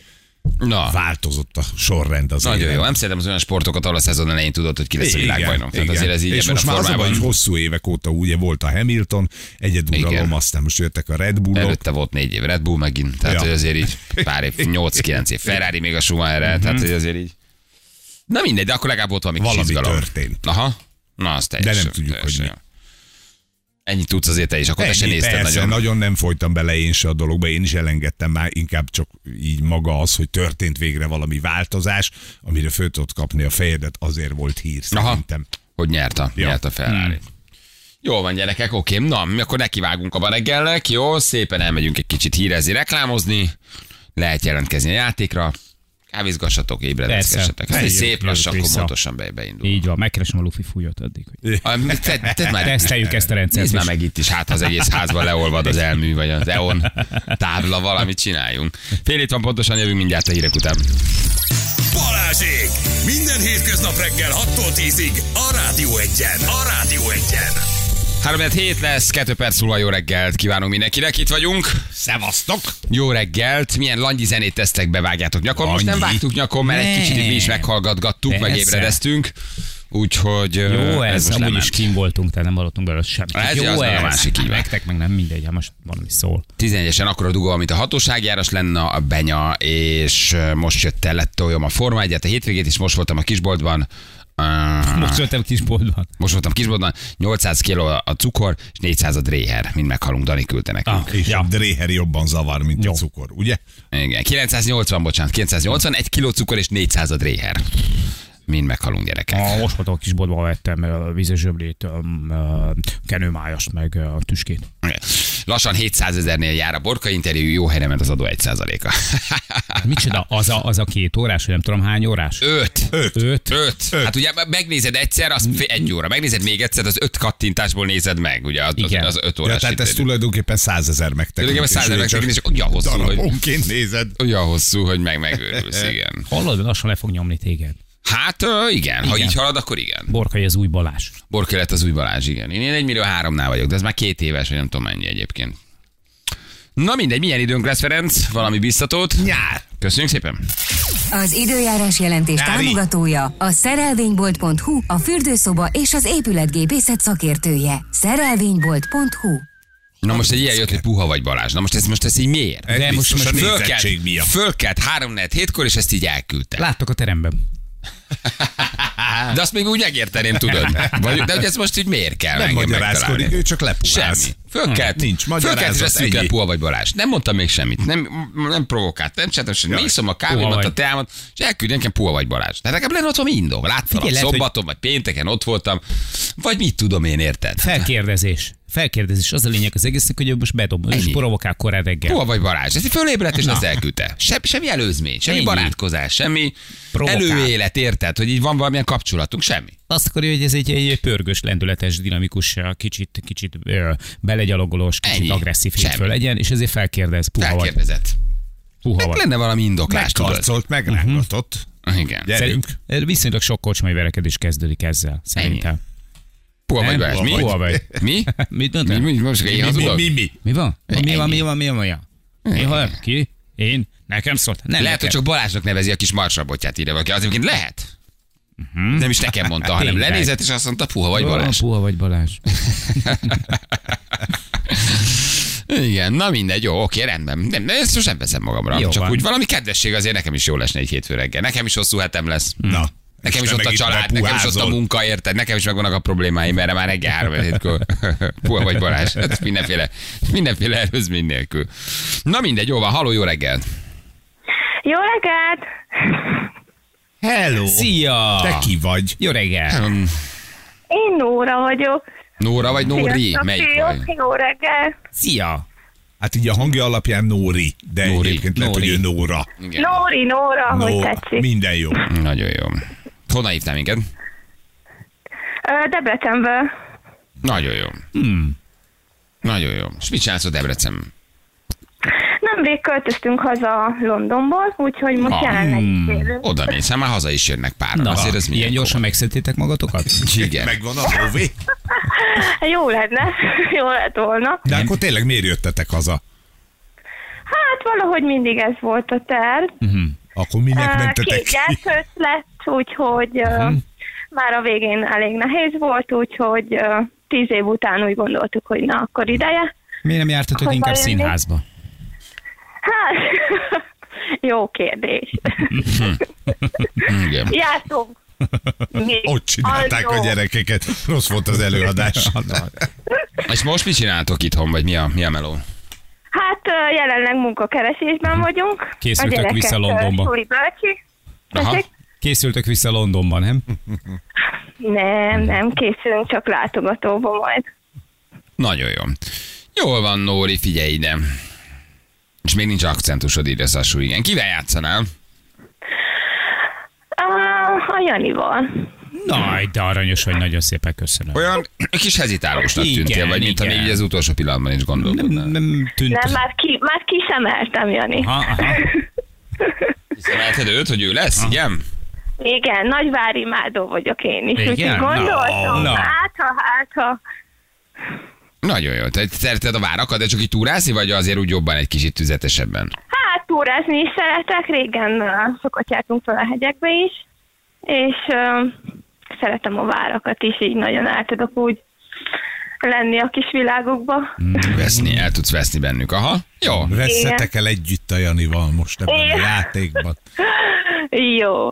[SPEAKER 2] Na,
[SPEAKER 3] változott a sorrend az
[SPEAKER 2] Ah. nagyon
[SPEAKER 3] élen.
[SPEAKER 2] jó. Nem szeretem az olyan sportokat, ahol a szezon elején tudod, hogy ki lesz a világbajnok. Tehát azért ez így
[SPEAKER 3] És
[SPEAKER 2] ebben
[SPEAKER 3] most
[SPEAKER 2] a
[SPEAKER 3] már az a baj,
[SPEAKER 2] formában.
[SPEAKER 3] hogy hosszú évek óta ugye volt a Hamilton, egyeduralom,
[SPEAKER 2] Igen.
[SPEAKER 3] aztán most jöttek a Red Bullok.
[SPEAKER 2] Előtte volt négy év Red Bull megint, tehát
[SPEAKER 3] Ja.
[SPEAKER 2] ja. hogy azért így pár év, 8-9 év Ferrari még a Schumacherre, tehát hogy azért így. Na mindegy, de akkor legalább ott valami, kis
[SPEAKER 3] Mhm. Valami
[SPEAKER 2] izgalom.
[SPEAKER 3] történt.
[SPEAKER 2] Aha, na az teljesen.
[SPEAKER 3] nem tudjuk, hogy
[SPEAKER 2] teljesen. Ennyit tudsz azért te is, akkor te se
[SPEAKER 3] Ennyi,
[SPEAKER 2] nézted
[SPEAKER 3] persze,
[SPEAKER 2] nagyon.
[SPEAKER 3] nagyon nem folytam bele én se a dologba, én is elengedtem már, inkább csak így maga az, hogy történt végre valami változás, amire föl tudod kapni a fejedet, azért volt hír
[SPEAKER 2] Aha.
[SPEAKER 3] szerintem.
[SPEAKER 2] Hogy nyert a,
[SPEAKER 3] Ja.
[SPEAKER 2] nyert a Ferrari.
[SPEAKER 4] Hmm.
[SPEAKER 2] Jól van, gyerekek, oké. Na, mi akkor nekivágunk a reggelnek, jó? Szépen elmegyünk egy kicsit hírezni, reklámozni. Lehet jelentkezni a játékra. Kávézgassatok, ébredezgessetek.
[SPEAKER 4] Persze.
[SPEAKER 2] Ez egy
[SPEAKER 4] Eljövök,
[SPEAKER 2] szép lassan,
[SPEAKER 4] jövök
[SPEAKER 2] akkor
[SPEAKER 4] vissza.
[SPEAKER 2] pontosan be, beindul.
[SPEAKER 4] Így van, megkeresem a Luffy fújót addig. Hogy...
[SPEAKER 2] Ah, mi- Tedd tedd már itt is.
[SPEAKER 4] Teszteljük ezt a rendszert
[SPEAKER 2] Nézd
[SPEAKER 4] is.
[SPEAKER 2] már meg itt is, hát ha az egész házban leolvad az elmű, vagy az EON tábla, valamit csináljunk. Fél itt van pontosan, jövünk mindjárt a hírek után.
[SPEAKER 1] Balázsék! Minden hétköznap reggel 6-tól 10-ig a Rádió Egyen. A Rádió Egyen.
[SPEAKER 2] 3 hét lesz, 2 perc múlva jó reggelt kívánunk mindenkinek, itt vagyunk.
[SPEAKER 3] Szevasztok!
[SPEAKER 2] Jó reggelt, milyen langyi zenét tesztek, bevágjátok nyakon. Most nem
[SPEAKER 3] Langyi.
[SPEAKER 2] vágtuk nyakon, mert egy
[SPEAKER 4] Ne.
[SPEAKER 2] kicsit így mi is meghallgatgattuk, meg
[SPEAKER 4] Persze.
[SPEAKER 2] ébredeztünk. Úgyhogy
[SPEAKER 4] Jó ez, ez amúgy is
[SPEAKER 2] lement.
[SPEAKER 4] kim voltunk, tehát nem hallottunk belőle semmit.
[SPEAKER 2] Ez
[SPEAKER 4] Jó
[SPEAKER 2] az, mert a másik így van.
[SPEAKER 4] Nektek meg nem mindegy, hát most valami szól.
[SPEAKER 2] 11-esen akkora dugó, mint a hatóságjáras lenne a Benya, és ö, most jött el, lett toljom a Forma egyet a hétvégét, és most voltam a kisboltban. Ö,
[SPEAKER 4] Most jöttem kisboltban.
[SPEAKER 2] Most voltam kisboltban, 800 kg a cukor, és 400 a dréher, mind meghalunk, Dani küldte nekünk.
[SPEAKER 4] Ah,
[SPEAKER 3] És ja.
[SPEAKER 4] ja.
[SPEAKER 3] a dréher jobban zavar, mint Jó.
[SPEAKER 4] Jó.
[SPEAKER 3] a cukor, ugye?
[SPEAKER 2] Igen, 980, bocsánat, 980, 1 kg cukor és 400 a dréher. Mind meghalunk gyerekek.
[SPEAKER 4] A mosható kisboltban vettem ö, vizes zsöblét, ö, ö, kenőmájast, meg ö, tüskét.
[SPEAKER 2] Igen. Lassan 700 ezernél jár a borka interjú, jó helyre ment az adó 1%-a.
[SPEAKER 4] Micsoda, az a, az a két órás, vagy nem tudom hány órás?
[SPEAKER 2] 5.
[SPEAKER 3] Öt.
[SPEAKER 4] Öt.
[SPEAKER 2] Öt. Hát ugye megnézed egyszer, az fél- egy óra. Megnézed még egyszer, az öt kattintásból nézed meg, ugye az, az,
[SPEAKER 4] Igen.
[SPEAKER 2] az öt
[SPEAKER 3] Ja,
[SPEAKER 2] órás.
[SPEAKER 3] tehát ez
[SPEAKER 2] interjú.
[SPEAKER 3] tulajdonképpen százezer megtekintés.
[SPEAKER 2] Tulajdonképpen 100 ezer
[SPEAKER 3] ugye,
[SPEAKER 2] megtekintés,
[SPEAKER 3] csak
[SPEAKER 2] olyan hosszú, hogy,
[SPEAKER 3] Darabonként nézed.
[SPEAKER 2] olyan hosszú, hogy meg megőrülsz, igen.
[SPEAKER 4] Hallod, lassan le fog nyomni téged.
[SPEAKER 2] Hát ö, igen, ha
[SPEAKER 4] Igen.
[SPEAKER 2] így halad, akkor igen.
[SPEAKER 4] Borkai az új Balázs.
[SPEAKER 2] Borka lett az új Balázs, igen. Én, én 1 millió háromnál vagyok, de ez már két éves, vagy nem tudom mennyi egyébként. Na mindegy, milyen időnk lesz, Ferenc? Valami biztatót?
[SPEAKER 3] Nyár.
[SPEAKER 2] Köszönjük szépen!
[SPEAKER 5] Az időjárás jelentés
[SPEAKER 3] Nyári.
[SPEAKER 5] támogatója a szerelvénybolt.hu, a fürdőszoba és az épületgépészet szakértője. Szerelvénybolt.hu
[SPEAKER 2] Na most egy ilyen jött, hogy puha vagy Balázs. Na most ez, most ez így miért?
[SPEAKER 3] Ez
[SPEAKER 4] De most-
[SPEAKER 3] biztos
[SPEAKER 4] most
[SPEAKER 3] a
[SPEAKER 2] Fölkelt,
[SPEAKER 3] nézettség miatt.
[SPEAKER 2] fölkelt 3 4 hétkor, és ezt így elküldte.
[SPEAKER 4] Láttok a teremben.
[SPEAKER 2] De azt még úgy megérteném, tudod. Vagy, de hogy ez most így miért kell
[SPEAKER 3] Nem
[SPEAKER 2] engem
[SPEAKER 3] magyarázkodik,
[SPEAKER 2] megtalálni?
[SPEAKER 3] ő csak lepugáz.
[SPEAKER 2] Semmi.
[SPEAKER 4] Hm,
[SPEAKER 2] Fölkelt,
[SPEAKER 3] Nincs
[SPEAKER 2] fölkelt és
[SPEAKER 3] magyarázat,
[SPEAKER 2] azt mondja,
[SPEAKER 3] ennyi.
[SPEAKER 2] puha vagy Balázs. Nem mondtam még semmit. Nem, nem provokált, nem csináltam semmit. Nézom a
[SPEAKER 4] Puha
[SPEAKER 2] kávémat,
[SPEAKER 4] vagy.
[SPEAKER 2] a teámat, és elküld nekem puha vagy Balázs. Tehát nekem lenne ott valami indok. Láttam,
[SPEAKER 4] Figyelj, lehet,
[SPEAKER 2] szombaton, vagy pénteken ott voltam. Vagy mit tudom én, érted?
[SPEAKER 4] Felkérdezés. Felkérdezés. Az a lényeg az egésznek, hogy ő most bedom. Ő
[SPEAKER 2] Ennyi.
[SPEAKER 4] is provokál korán reggel.
[SPEAKER 2] Puha vagy Balázs. Ez így fölébredt, és azt elküldte. Se, semmi előzmény, semmi
[SPEAKER 4] Ennyi.
[SPEAKER 2] barátkozás, semmi
[SPEAKER 4] Provokál.
[SPEAKER 2] előélet, érted? Hogy így van valamilyen kapcsolatunk, semmi.
[SPEAKER 4] Azt akarja, hogy ez egy, egy pörgös, lendületes, dinamikus, kicsit, kicsit ö, belegyalogolós, kicsit
[SPEAKER 2] Ennyi.
[SPEAKER 4] Ennyi. agresszív
[SPEAKER 2] Semmi.
[SPEAKER 4] hétfő legyen, és ezért felkérdez. Puha vagy.
[SPEAKER 2] Felkérdezett.
[SPEAKER 4] Puha
[SPEAKER 2] Meg
[SPEAKER 4] vagy.
[SPEAKER 2] lenne valami indoklás, tudod?
[SPEAKER 3] Megkarcolt, megrángatott.
[SPEAKER 2] Igen.
[SPEAKER 3] Gyerünk.
[SPEAKER 4] Szerint- Viszonylag sok kocsmai verekedés kezdődik ezzel, szerintem.
[SPEAKER 2] Puha vagy
[SPEAKER 4] Nem?
[SPEAKER 2] Balázs. Mi?
[SPEAKER 4] Puha vagy.
[SPEAKER 2] Mi?
[SPEAKER 4] Mit
[SPEAKER 2] Mi?
[SPEAKER 4] mondtál?
[SPEAKER 2] Mi? Most én
[SPEAKER 3] Mi,
[SPEAKER 2] hazudok?
[SPEAKER 3] mi, mi?
[SPEAKER 4] Mi van? Mi van,
[SPEAKER 2] Ennyi.
[SPEAKER 4] mi van, mi van, mi van? Mi van? Ki? Én? Nekem szólt? Nem,
[SPEAKER 2] Lehet,
[SPEAKER 4] nekem.
[SPEAKER 2] hogy csak Balázsnak nevezi a kis marsabotját ide valaki. Az egyébként lehet. Nem is nekem mondta, hanem
[SPEAKER 4] Mhm. Tényleg.
[SPEAKER 2] lenézett, és azt mondta, puha vagy Balázs.
[SPEAKER 4] Puha vagy Balázs.
[SPEAKER 2] Igen, na mindegy, jó, oké, rendben. Nem, nem, ezt most nem veszem magamra.
[SPEAKER 4] Jó
[SPEAKER 2] Csak
[SPEAKER 4] van.
[SPEAKER 2] úgy valami kedvesség azért nekem is jó lesne egy hétfő reggel. Nekem is hosszú hetem lesz.
[SPEAKER 3] Na.
[SPEAKER 2] Nekem
[SPEAKER 3] és te
[SPEAKER 2] is ott
[SPEAKER 3] meg
[SPEAKER 2] a
[SPEAKER 3] itt
[SPEAKER 2] család, nekem is ott a
[SPEAKER 3] bepuházol.
[SPEAKER 2] munka, érted? Nekem is megvannak a problémáim, erre már reggel három hétkor. Puha vagy Balázs. Hát ez mindenféle, mindenféle előzmény nélkül. Na mindegy, jó van, haló, jó reggelt.
[SPEAKER 6] Jó reggelt!
[SPEAKER 3] Hello!
[SPEAKER 4] Szia!
[SPEAKER 3] Te ki vagy?
[SPEAKER 4] Jó reggel!
[SPEAKER 6] Én Nóra vagyok.
[SPEAKER 2] Nóra vagy Nóri?
[SPEAKER 6] Sziasztok,
[SPEAKER 2] Melyik
[SPEAKER 6] fiúk,
[SPEAKER 2] vagy?
[SPEAKER 6] Jó reggel.
[SPEAKER 4] Szia!
[SPEAKER 3] Hát így a hangja alapján Nóri, de
[SPEAKER 2] Nóri.
[SPEAKER 3] Nóri. egyébként lehet,
[SPEAKER 4] Nóri.
[SPEAKER 3] hogy ő Nóra.
[SPEAKER 2] Igen.
[SPEAKER 6] Nóri, Nóra, hogy tetszik.
[SPEAKER 3] minden jó.
[SPEAKER 2] Nagyon jó. Honnan hívtál minket?
[SPEAKER 6] Ö, Debrecenből.
[SPEAKER 2] Nagyon jó.
[SPEAKER 4] Hmm.
[SPEAKER 2] Nagyon jó. És mit csinálsz a Debrecen?
[SPEAKER 6] Nemrég költöztünk haza Londonból, úgyhogy most
[SPEAKER 2] Ah,
[SPEAKER 6] jelenleg is élünk.
[SPEAKER 2] Oda mész, hát már haza is jönnek páran.
[SPEAKER 4] Na,
[SPEAKER 2] Azért ez milyen
[SPEAKER 4] ilyen gyorsan megszedtétek magatokat?
[SPEAKER 2] komoly. Igen.
[SPEAKER 3] Megvan a lóvé.
[SPEAKER 6] Hát Jó lenne, jó lett volna.
[SPEAKER 3] De akkor tényleg miért jöttetek haza?
[SPEAKER 6] Hát valahogy mindig ez volt a terv.
[SPEAKER 3] Akkor minek
[SPEAKER 6] Ö,
[SPEAKER 3] mentetek
[SPEAKER 6] Két
[SPEAKER 3] ki?
[SPEAKER 6] gyerkőc lett, úgyhogy ö,
[SPEAKER 2] Mhm.
[SPEAKER 6] már a végén elég nehéz volt, úgyhogy ö, tíz év után úgy gondoltuk, hogy na, akkor ideje.
[SPEAKER 4] Miért nem jártatok
[SPEAKER 6] Hogy
[SPEAKER 4] inkább
[SPEAKER 6] bejönni?
[SPEAKER 4] színházba?
[SPEAKER 6] Hát, jó kérdés.
[SPEAKER 2] Igen.
[SPEAKER 6] Jártunk. Még
[SPEAKER 3] Ott csinálták a
[SPEAKER 6] annó.
[SPEAKER 3] gyerekeket. Rossz volt az előadás.
[SPEAKER 2] És most mit csináltok itthon, vagy mi a, mi a meló?
[SPEAKER 6] Hát ö, jelenleg munkakeresésben vagyunk.
[SPEAKER 4] Készültök
[SPEAKER 6] A gyerekek,
[SPEAKER 4] vissza
[SPEAKER 6] ö,
[SPEAKER 4] Londonba.
[SPEAKER 6] Suli bácsi.
[SPEAKER 2] Aha.
[SPEAKER 6] Tessék?
[SPEAKER 4] Készültök vissza Londonban, nem?
[SPEAKER 6] Nem, nem, készülünk csak látogatóba majd.
[SPEAKER 2] Nagyon jó. Jól van, Nóri, figyelj ide. És még nincs akcentusod ide, Szasú, igen. Kivel játszanál?
[SPEAKER 6] Ah, a Janival.
[SPEAKER 4] Na, de aranyos vagy, nagyon szépen köszönöm.
[SPEAKER 2] Olyan kis hezitálósnak
[SPEAKER 4] Igen,
[SPEAKER 2] tűntél, vagy mint
[SPEAKER 4] igen.
[SPEAKER 2] ami így az utolsó pillanatban is gondolkodnál.
[SPEAKER 4] nem tűnt.
[SPEAKER 6] Nem, már, ki, már kiszemeltem, Jani.
[SPEAKER 4] Aha, aha.
[SPEAKER 2] Hiszen őt, hogy ő lesz, igen?
[SPEAKER 6] Igen, nagyvári imádó vagyok én is.
[SPEAKER 4] Igen?
[SPEAKER 6] Úgyhogy
[SPEAKER 4] Na,
[SPEAKER 6] gondoltam,
[SPEAKER 4] na.
[SPEAKER 6] hát ha, hát ha.
[SPEAKER 2] Nagyon jó. Te szereted a várakat, de csak így túrászni, vagy azért úgy jobban egy kicsit tüzetesebben?
[SPEAKER 6] Hát túrázni is szeretek, régen uh, sokat jártunk fel a hegyekbe is, és uh, szeretem a várakat is, így nagyon el tudok úgy lenni a kis világokba.
[SPEAKER 2] Hmm. Veszni, el tudsz veszni bennük. Aha, jó.
[SPEAKER 3] Vesszetek el együtt a Janival most ebben a
[SPEAKER 6] Igen.
[SPEAKER 3] játékban.
[SPEAKER 6] Jó.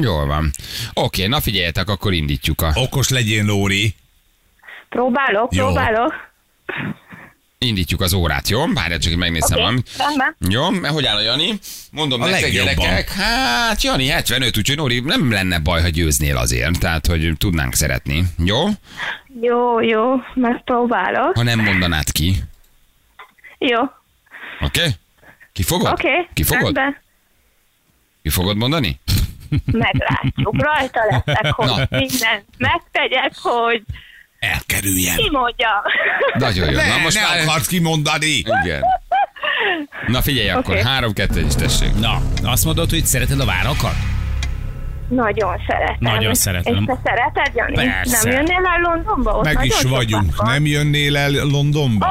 [SPEAKER 2] Jól van. Oké, na figyeljetek, akkor indítjuk a...
[SPEAKER 3] Okos legyél, Nóri.
[SPEAKER 6] Próbálok,
[SPEAKER 3] Jó.
[SPEAKER 6] próbálok.
[SPEAKER 2] Indítjuk az órát, jó? Várjál csak, hogy megnézem
[SPEAKER 6] Oké,
[SPEAKER 2] valamit.
[SPEAKER 6] rendben.
[SPEAKER 2] Jó, mert hogy áll a Jani? Mondom
[SPEAKER 3] A
[SPEAKER 2] nektek,
[SPEAKER 3] legjobban.
[SPEAKER 2] gyerekek, hát Jani 75, úgyhogy Nori nem lenne baj, ha győznél azért, tehát hogy tudnánk szeretni, jó?
[SPEAKER 6] Jó, jó, megpróbálok.
[SPEAKER 2] Ha nem mondanád ki,
[SPEAKER 6] Jó,
[SPEAKER 2] oké? Okay? Ki fogod?
[SPEAKER 6] oké.
[SPEAKER 2] Ki fogod?
[SPEAKER 6] rendben.
[SPEAKER 2] Ki fogod mondani?
[SPEAKER 6] Meglátjuk. Rajta leszek, hogy
[SPEAKER 2] Na.
[SPEAKER 6] mindent megtegyek, hogy
[SPEAKER 3] Elkerüljem.
[SPEAKER 6] kimondjam.
[SPEAKER 2] Nagyon jó.
[SPEAKER 3] Ne,
[SPEAKER 2] Na most
[SPEAKER 3] ne
[SPEAKER 2] már...
[SPEAKER 3] akarsz kimondani.
[SPEAKER 2] Igen. Na figyelj akkor,
[SPEAKER 6] Oké.
[SPEAKER 2] három, kettő, is tessék.
[SPEAKER 4] Na, azt mondod, hogy szereted a várakat?
[SPEAKER 6] Nagyon szeretem.
[SPEAKER 4] Nagyon szeretem.
[SPEAKER 6] És te szereted, Jani?
[SPEAKER 4] Persze.
[SPEAKER 6] Nem jönnél el Londonba? Ott
[SPEAKER 3] Meg
[SPEAKER 6] nagyon
[SPEAKER 3] is
[SPEAKER 6] sokat
[SPEAKER 3] vagyunk.
[SPEAKER 6] van.
[SPEAKER 3] Nem jönnél el
[SPEAKER 6] Ó,
[SPEAKER 3] Londonba?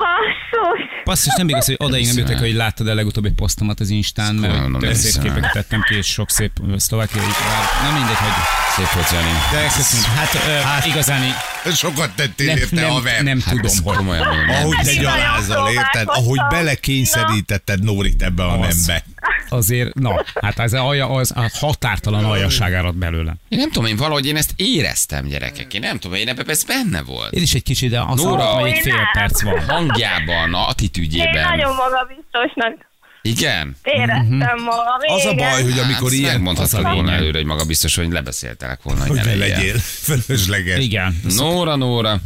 [SPEAKER 6] basszus!
[SPEAKER 4] Basszus, nem igaz, hogy odaig nem jöttek, hogy láttad a legutóbbi posztomat az Instán, mert
[SPEAKER 2] Komolyan
[SPEAKER 4] hogy
[SPEAKER 2] mondom,
[SPEAKER 4] tök szép
[SPEAKER 2] hiszem el.
[SPEAKER 4] képeket tettem ki, és sok szép ö, szlovákiai vár. Na mindegy, hogy...
[SPEAKER 2] Szép volt, Jani.
[SPEAKER 4] De köszönöm. Hát, ö, hát igazán így
[SPEAKER 3] Sokat tettél
[SPEAKER 4] nem,
[SPEAKER 3] érte,
[SPEAKER 4] nem,
[SPEAKER 3] haver.
[SPEAKER 4] nem
[SPEAKER 2] Hát
[SPEAKER 4] tudom,
[SPEAKER 2] ez
[SPEAKER 4] hogy...
[SPEAKER 2] komolyan mondom, nem
[SPEAKER 3] Ahogy
[SPEAKER 2] hiszem.
[SPEAKER 3] te
[SPEAKER 6] Nagyon
[SPEAKER 3] gyalázol, érted?
[SPEAKER 6] próbálkoztam.
[SPEAKER 3] Ahogy belekényszerítetted Nórit ebbe a
[SPEAKER 4] Az.
[SPEAKER 3] nembe.
[SPEAKER 4] Azért, na, hát az, alja, az a határtalan aljasság árad belőle.
[SPEAKER 2] Én nem tudom, én valahogy én ezt éreztem, gyerekek. Én nem tudom, én ebben ez benne volt.
[SPEAKER 4] Én is egy kicsit, de az
[SPEAKER 2] Nóra.
[SPEAKER 4] alatt még
[SPEAKER 6] Ó,
[SPEAKER 4] egy
[SPEAKER 6] én
[SPEAKER 4] fél
[SPEAKER 6] nem.
[SPEAKER 4] perc van.
[SPEAKER 2] Hangjában, a
[SPEAKER 6] Én
[SPEAKER 2] attitűdjében.
[SPEAKER 6] nagyon magabiztosnak
[SPEAKER 2] Igen?
[SPEAKER 6] éreztem magam.
[SPEAKER 3] Mhm. Az a
[SPEAKER 6] igen.
[SPEAKER 3] baj, hogy amikor
[SPEAKER 2] hát,
[SPEAKER 3] ilyen
[SPEAKER 2] Megmondhattad
[SPEAKER 4] az a
[SPEAKER 2] volna
[SPEAKER 4] lényeg.
[SPEAKER 2] előre, hogy maga biztos, hogy lebeszéltelek volna, hogy,
[SPEAKER 3] hogy
[SPEAKER 2] ne
[SPEAKER 3] ne legyél fölösleges.
[SPEAKER 4] Igen.
[SPEAKER 2] Nóra, Nóra,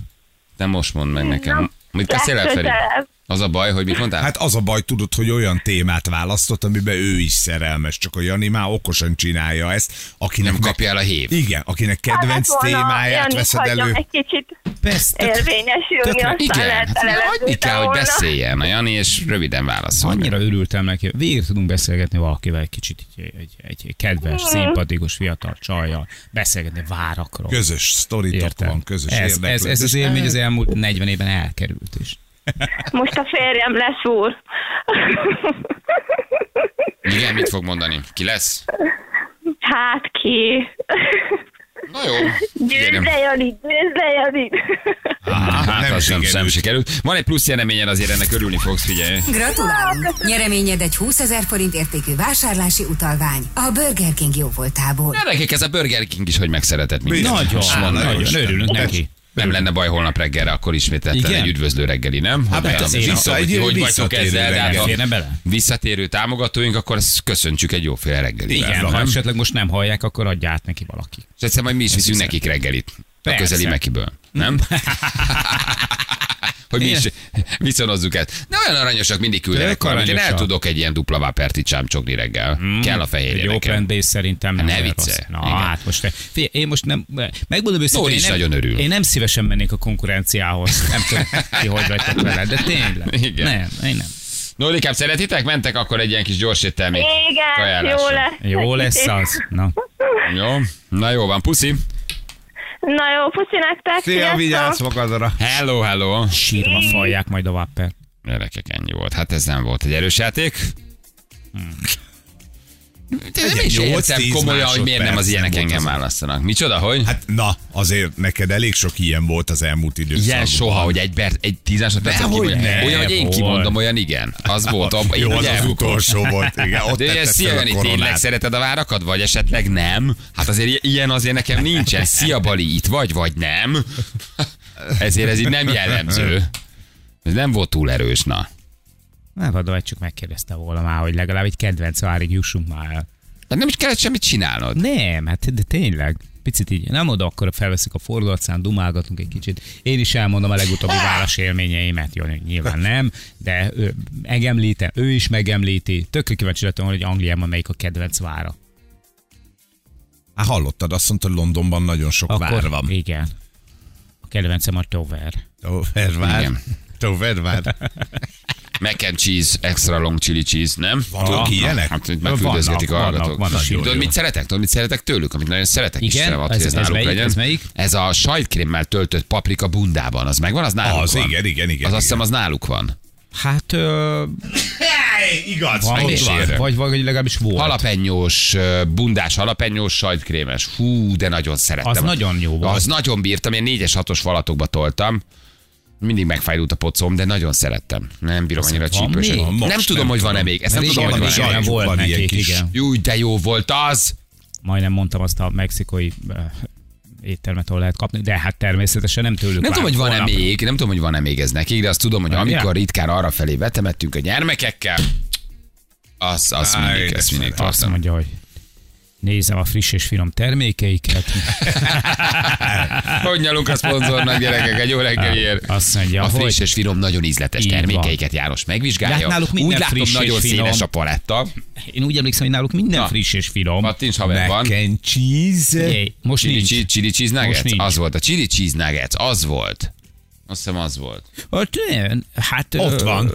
[SPEAKER 2] te most mondd meg nekem. Mit beszélek, Feri?
[SPEAKER 6] legközelebb.
[SPEAKER 2] Az a baj, hogy mit mondtál?
[SPEAKER 3] Hát az a baj, tudod, hogy olyan témát választott, amiben ő is szerelmes, csak a Jani már okosan csinálja ezt, akinek
[SPEAKER 2] Nem kapja el a hív.
[SPEAKER 3] Igen, akinek kedvenc
[SPEAKER 6] Kellett Hát, volna
[SPEAKER 3] témáját
[SPEAKER 6] Janit
[SPEAKER 3] veszed
[SPEAKER 6] hagynom
[SPEAKER 3] elő.
[SPEAKER 6] Egy kicsit
[SPEAKER 4] Persze, tök-
[SPEAKER 6] érvényesülni,
[SPEAKER 4] tökre-
[SPEAKER 6] aztán
[SPEAKER 2] Igen,
[SPEAKER 6] lehet
[SPEAKER 2] hát ne, hagyni
[SPEAKER 6] elelezdődtem
[SPEAKER 2] kell, hogy
[SPEAKER 6] volna.
[SPEAKER 2] beszéljen a Jani, és röviden válaszol.
[SPEAKER 4] Annyira örültem neki. Végre tudunk beszélgetni valakivel egy kicsit, egy, egy, egy kedves,
[SPEAKER 6] Mhm.
[SPEAKER 4] szimpatikus fiatal csajjal. Beszélgetni várakról.
[SPEAKER 3] Közös sztoritok
[SPEAKER 4] Értem.
[SPEAKER 3] van, közös
[SPEAKER 4] ez, ez, ez az élmény az elmúlt 40 évben elkerült is.
[SPEAKER 6] Most a férjem lesz úr.
[SPEAKER 2] Igen, mit fog mondani? Ki lesz?
[SPEAKER 6] Hát ki?
[SPEAKER 2] Na jó.
[SPEAKER 6] Győzd
[SPEAKER 2] figyelem.
[SPEAKER 6] le, Jani, győzd le, Jani.
[SPEAKER 2] Hát,
[SPEAKER 3] nem
[SPEAKER 2] az nem, nem
[SPEAKER 3] sikerült.
[SPEAKER 2] sikerült. Van egy plusz jeleményed, azért ennek örülni fogsz, figyelj.
[SPEAKER 5] Gratulálunk! Nyereményed egy 20 ezer forint értékű vásárlási utalvány a Burger King jóvoltából.
[SPEAKER 2] Gyerekek, ez a Burger King is, hogy megszeretett minket.
[SPEAKER 4] Nagyon,
[SPEAKER 2] És van
[SPEAKER 4] nagyon,
[SPEAKER 2] nagyon.
[SPEAKER 4] örülünk neki.
[SPEAKER 2] Nem lenne baj holnap reggelre, akkor ismételten
[SPEAKER 4] Igen?
[SPEAKER 2] egy üdvözlő reggeli, nem? Ha
[SPEAKER 4] persze,
[SPEAKER 2] beállunk,
[SPEAKER 4] én
[SPEAKER 2] vissza,
[SPEAKER 3] akkor
[SPEAKER 2] hogy
[SPEAKER 3] egy
[SPEAKER 2] hogy vagytok
[SPEAKER 3] visszatérő
[SPEAKER 2] ezzel, de hát
[SPEAKER 3] reggel.
[SPEAKER 2] ha
[SPEAKER 4] Férne bele?
[SPEAKER 2] visszatérő támogatóink, akkor ezt köszöntsük egy jóféle reggelivel.
[SPEAKER 4] Igen,
[SPEAKER 2] nem?
[SPEAKER 4] ha esetleg most nem hallják, akkor adja át neki valaki.
[SPEAKER 2] És egyszer majd mi is viszünk nekik reggelit. A
[SPEAKER 4] Persze.
[SPEAKER 2] közeli Mekiből. Nem? hogy mi is viszonozzuk ezt. De olyan aranyosak mindig küldenek
[SPEAKER 4] Tényleg
[SPEAKER 2] valamit. Én el
[SPEAKER 4] aranyosak.
[SPEAKER 2] tudok egy ilyen dupla vápertit csámcsogni reggel.
[SPEAKER 3] Hmm.
[SPEAKER 2] Kell a
[SPEAKER 4] Mhm. Egy
[SPEAKER 2] fehérje
[SPEAKER 4] open
[SPEAKER 2] nekem.
[SPEAKER 4] base szerintem nem
[SPEAKER 2] Ne
[SPEAKER 4] olyan
[SPEAKER 2] viccelj.
[SPEAKER 4] rossz. Na,
[SPEAKER 2] Igen.
[SPEAKER 4] hát most te, figyelj, én most nem, megmondom őszintén,
[SPEAKER 2] Nóri
[SPEAKER 4] én
[SPEAKER 2] is
[SPEAKER 4] nem,
[SPEAKER 2] nagyon örül.
[SPEAKER 4] én nem szívesen mennék a konkurenciához. Nem tudom, ki hogy vagytok vele, de tényleg.
[SPEAKER 2] Igen.
[SPEAKER 4] Nem, én nem.
[SPEAKER 2] Nolikám, szeretitek? Mentek akkor egy ilyen kis gyors éttermi
[SPEAKER 6] Igen,
[SPEAKER 2] kajálásra.
[SPEAKER 6] jó lesz.
[SPEAKER 4] Jó lesz az. Na.
[SPEAKER 2] Jó? Na jó van, puszi.
[SPEAKER 6] Na jó, puszi nektek.
[SPEAKER 3] Szia,
[SPEAKER 6] sziasztok.
[SPEAKER 3] vigyázz magadra.
[SPEAKER 2] Hello, hello.
[SPEAKER 4] Sírva falják majd a vapper.
[SPEAKER 2] Gyerekek, ennyi volt. Hát ez nem volt egy erős játék. De nem
[SPEAKER 3] Hmm. Egy
[SPEAKER 2] is
[SPEAKER 3] nyolc,
[SPEAKER 2] értem
[SPEAKER 3] tíz
[SPEAKER 2] komolyan, hogy miért nem az
[SPEAKER 3] másodperc
[SPEAKER 2] ilyenek
[SPEAKER 3] nem volt
[SPEAKER 2] engem
[SPEAKER 3] az.
[SPEAKER 2] választanak. Micsoda, hogy?
[SPEAKER 3] Hát na, azért neked elég sok ilyen volt az elmúlt időszakban.
[SPEAKER 2] Ilyen soha, hogy egy, ber, egy tíz másodperc.
[SPEAKER 3] Dehogy ne,
[SPEAKER 2] olyan, hogy én
[SPEAKER 4] volt.
[SPEAKER 2] kimondom, olyan igen. Az volt. Ab,
[SPEAKER 3] Jó, az, az
[SPEAKER 2] ugye?
[SPEAKER 3] utolsó volt. Igen, ott
[SPEAKER 2] De ilyen
[SPEAKER 3] tetted
[SPEAKER 2] szia,
[SPEAKER 3] fel a
[SPEAKER 2] Jani, tényleg
[SPEAKER 3] koronát.
[SPEAKER 2] szereted a várakat, vagy esetleg nem? Hát azért i- ilyen azért nekem nincsen. Szia, Bali, itt vagy, vagy nem? Ezért ez így nem jellemző. Ez nem volt túl erős, na.
[SPEAKER 4] Nem vadó, egy csak megkérdezte volna már, hogy legalább egy kedvenc várig jussunk már el.
[SPEAKER 2] De Hát nem is kellett semmit csinálnod.
[SPEAKER 4] Nem, hát de tényleg. Picit így, nem oda, akkor felveszik a fordulatszán, dumálgatunk egy kicsit. Én is elmondom a legutóbbi válasz élményeimet, jó, nyilván nem, de ő, megemlítem, ő is megemlíti. Tökre kíváncsi lettem, volna, hogy Angliában melyik a kedvenc vára.
[SPEAKER 3] Hát hallottad, azt mondta, Londonban nagyon sok
[SPEAKER 4] Akkor,
[SPEAKER 3] vár van.
[SPEAKER 4] Igen. A kedvencem a Tover.
[SPEAKER 3] Tovervár.
[SPEAKER 2] Igen.
[SPEAKER 3] Tovervár.
[SPEAKER 2] Mac and cheese, extra long chili cheese, nem?
[SPEAKER 3] Vannak ilyenek?
[SPEAKER 2] Hát, hogy megfüldözgetik a
[SPEAKER 4] Vannak,
[SPEAKER 2] hallgatók.
[SPEAKER 4] vannak, vannak, jó,
[SPEAKER 2] Tudod,
[SPEAKER 4] jó.
[SPEAKER 2] mit szeretek? Tudod, mit szeretek tőlük? Amit nagyon szeretek is.
[SPEAKER 4] Igen?
[SPEAKER 2] szeretem, hogy
[SPEAKER 4] Ez- ez
[SPEAKER 2] náluk
[SPEAKER 4] melyik?
[SPEAKER 2] legyen.
[SPEAKER 4] Ez melyik?
[SPEAKER 2] Ez a sajtkrémmel töltött paprika bundában, az megvan, az náluk
[SPEAKER 3] Az,
[SPEAKER 2] van.
[SPEAKER 3] igen, igen, igen,
[SPEAKER 2] Az azt
[SPEAKER 3] igen.
[SPEAKER 2] hiszem, az náluk van.
[SPEAKER 4] Hát ö,
[SPEAKER 3] Hey, igaz.
[SPEAKER 4] van,
[SPEAKER 2] meg
[SPEAKER 4] ott
[SPEAKER 2] is
[SPEAKER 4] van.
[SPEAKER 2] érem.
[SPEAKER 4] vagy, vagy legalábbis volt.
[SPEAKER 2] Halapenyós, ö, bundás, halapenyós, sajtkrémes. Hú, de nagyon szerettem.
[SPEAKER 4] Az nagyon jó volt.
[SPEAKER 2] Az nagyon bírtam, én 4-es, 6-os falatokba toltam. Mindig megfájdult a pocom, de nagyon szerettem. Nem bírom annyira a
[SPEAKER 4] van
[SPEAKER 2] csípőset.
[SPEAKER 4] még?
[SPEAKER 2] Nem,
[SPEAKER 3] Most
[SPEAKER 2] nem
[SPEAKER 3] nem
[SPEAKER 2] tudom, hogy van-e még. Ezt nem
[SPEAKER 4] Mert
[SPEAKER 2] tudom, hogy
[SPEAKER 4] igen,
[SPEAKER 2] van-e.
[SPEAKER 4] igen,
[SPEAKER 3] van.
[SPEAKER 4] volt
[SPEAKER 3] Van ilyen
[SPEAKER 4] nekik,
[SPEAKER 3] kis-
[SPEAKER 4] igen.
[SPEAKER 2] Jó, de jó volt az!
[SPEAKER 4] majdnem mondtam azt a mexikói ö, éttermet, ahol lehet kapni, de hát természetesen nem tőlük.
[SPEAKER 2] Nem tudom, hogy van-e
[SPEAKER 4] holnap.
[SPEAKER 2] még, nem tudom, hogy van-e még ez nekik, de azt tudom, hogy
[SPEAKER 4] Ugye?
[SPEAKER 2] amikor ritkán arra felé vetemettünk a gyermekekkel, az, az
[SPEAKER 3] Á,
[SPEAKER 2] mindig,
[SPEAKER 3] édes
[SPEAKER 2] ezt mindig
[SPEAKER 4] Azt
[SPEAKER 2] tartom.
[SPEAKER 4] mondja, hogy nézem a friss és finom termékeiket.
[SPEAKER 2] Hogy nyalunk a szponzornak, gyerekek, egy jó reggelért.
[SPEAKER 4] Azt mondja,
[SPEAKER 2] a
[SPEAKER 4] hogy-
[SPEAKER 2] friss és finom, nagyon ízletes
[SPEAKER 4] Így van.
[SPEAKER 2] termékeiket János
[SPEAKER 4] De hát
[SPEAKER 2] megvizsgálja.
[SPEAKER 4] náluk minden
[SPEAKER 2] Úgy látom,
[SPEAKER 4] friss és
[SPEAKER 2] nagyon
[SPEAKER 4] finom.
[SPEAKER 2] széles a paletta.
[SPEAKER 4] Én úgy emlékszem, hogy náluk minden
[SPEAKER 2] Na.
[SPEAKER 4] friss és finom.
[SPEAKER 2] Pattints haver van.
[SPEAKER 3] Mac and cheese.
[SPEAKER 4] Jé, most
[SPEAKER 2] Chili,
[SPEAKER 4] nincs.
[SPEAKER 2] chili, chili cheese
[SPEAKER 4] Most
[SPEAKER 2] nuggets?
[SPEAKER 4] nincs.
[SPEAKER 2] Az volt. A chili cheese nuggets, az volt. Azt hiszem az volt.
[SPEAKER 4] Ott, nem, hát,
[SPEAKER 3] Ott
[SPEAKER 4] ö,
[SPEAKER 3] van.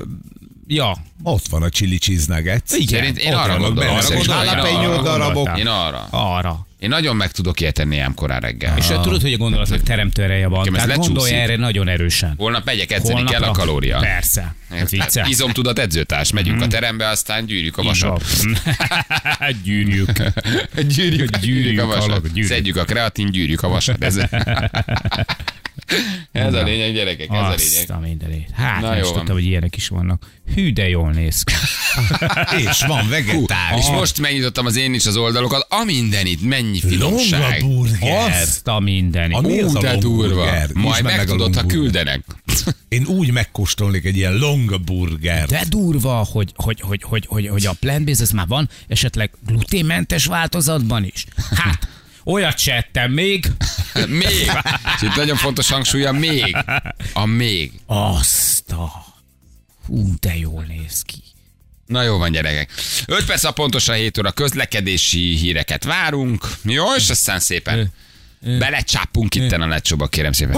[SPEAKER 4] Ja,
[SPEAKER 3] Ott van a chili cheese nuggets.
[SPEAKER 2] Szerint én arra
[SPEAKER 3] vannak
[SPEAKER 2] gondolom.
[SPEAKER 3] benne.
[SPEAKER 2] azt
[SPEAKER 3] Arra
[SPEAKER 2] hiszem, én
[SPEAKER 3] gondoltam.
[SPEAKER 2] arra
[SPEAKER 3] Jalapenyó
[SPEAKER 2] gondoltam.
[SPEAKER 3] darabok.
[SPEAKER 2] Én arra.
[SPEAKER 4] arra.
[SPEAKER 2] Én nagyon meg tudok ilyetenni ám korán reggel.
[SPEAKER 4] És ah. tudod, hogy a gondolatok teremtő ereje van.
[SPEAKER 2] Nekem ez
[SPEAKER 4] Tehát gondolj
[SPEAKER 2] lecsúszik.
[SPEAKER 4] erre nagyon erősen.
[SPEAKER 2] Holnap megyek edzeni, kell a
[SPEAKER 4] Holnapra-
[SPEAKER 2] kalória.
[SPEAKER 4] Persze. Hát vicce.
[SPEAKER 2] Izomtudat edzőtárs, megyünk
[SPEAKER 3] Hmm.
[SPEAKER 2] a terembe, aztán gyűrjük a vasat.
[SPEAKER 4] Gyűrjük.
[SPEAKER 2] gyűrjük, gyűrjük a vasat.
[SPEAKER 4] alak, gyűrjük.
[SPEAKER 2] Szedjük a kreatin, gyűrjük a vasat. Ez, ez a lényeg, gyerekek, ez a
[SPEAKER 4] Azt
[SPEAKER 2] lényeg.
[SPEAKER 4] a mindenét. Hát
[SPEAKER 2] Na,
[SPEAKER 4] Na, nem
[SPEAKER 2] jó
[SPEAKER 4] is
[SPEAKER 2] van.
[SPEAKER 4] tudtam, hogy ilyenek is vannak. Hű, de jól néz ki.
[SPEAKER 3] És van vegetár.
[SPEAKER 2] És most megnyitottam az én is az oldalokat, a mindenit, mennyi finomság.
[SPEAKER 3] Az?
[SPEAKER 4] Azt a mindenit.
[SPEAKER 3] Ami- Mi az
[SPEAKER 2] Ú,
[SPEAKER 3] a
[SPEAKER 2] de durva.
[SPEAKER 3] longburger?
[SPEAKER 2] Majd
[SPEAKER 3] Nyisd meg meg a
[SPEAKER 2] megtudod, ha
[SPEAKER 3] longburger.
[SPEAKER 2] küldenek.
[SPEAKER 3] Én úgy megkóstolnék egy ilyen longaburger.
[SPEAKER 4] De durva, hogy, hogy, hogy, hogy, hogy, hogy a plant ez már van, esetleg gluténmentes változatban is. Hát, olyat se ettem még.
[SPEAKER 2] Még. És itt nagyon fontos hangsúlya, még. A még.
[SPEAKER 4] Azt a... Hú, de jól néz ki.
[SPEAKER 2] Na jó van, gyerekek. 5 perc a pontosan 7 óra közlekedési híreket várunk. Jó, és aztán szépen belecsápunk itten a lecsóba, kérem szépen.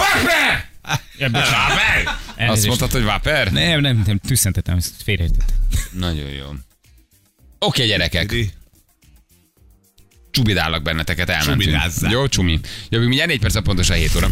[SPEAKER 4] Ja, bocsánat.
[SPEAKER 2] Azt
[SPEAKER 4] Elnézést.
[SPEAKER 2] mondtad, hogy Vaper?
[SPEAKER 4] Nem, nem, nem, tüsszentetem, ezt félreértettem.
[SPEAKER 2] Nagyon jó. Oké, gyerekek, csubidállak benneteket, elmentünk.
[SPEAKER 3] Csubidázzál.
[SPEAKER 2] Jó, csumi. Jövünk mindjárt 4 perc a pontosan 7 óra.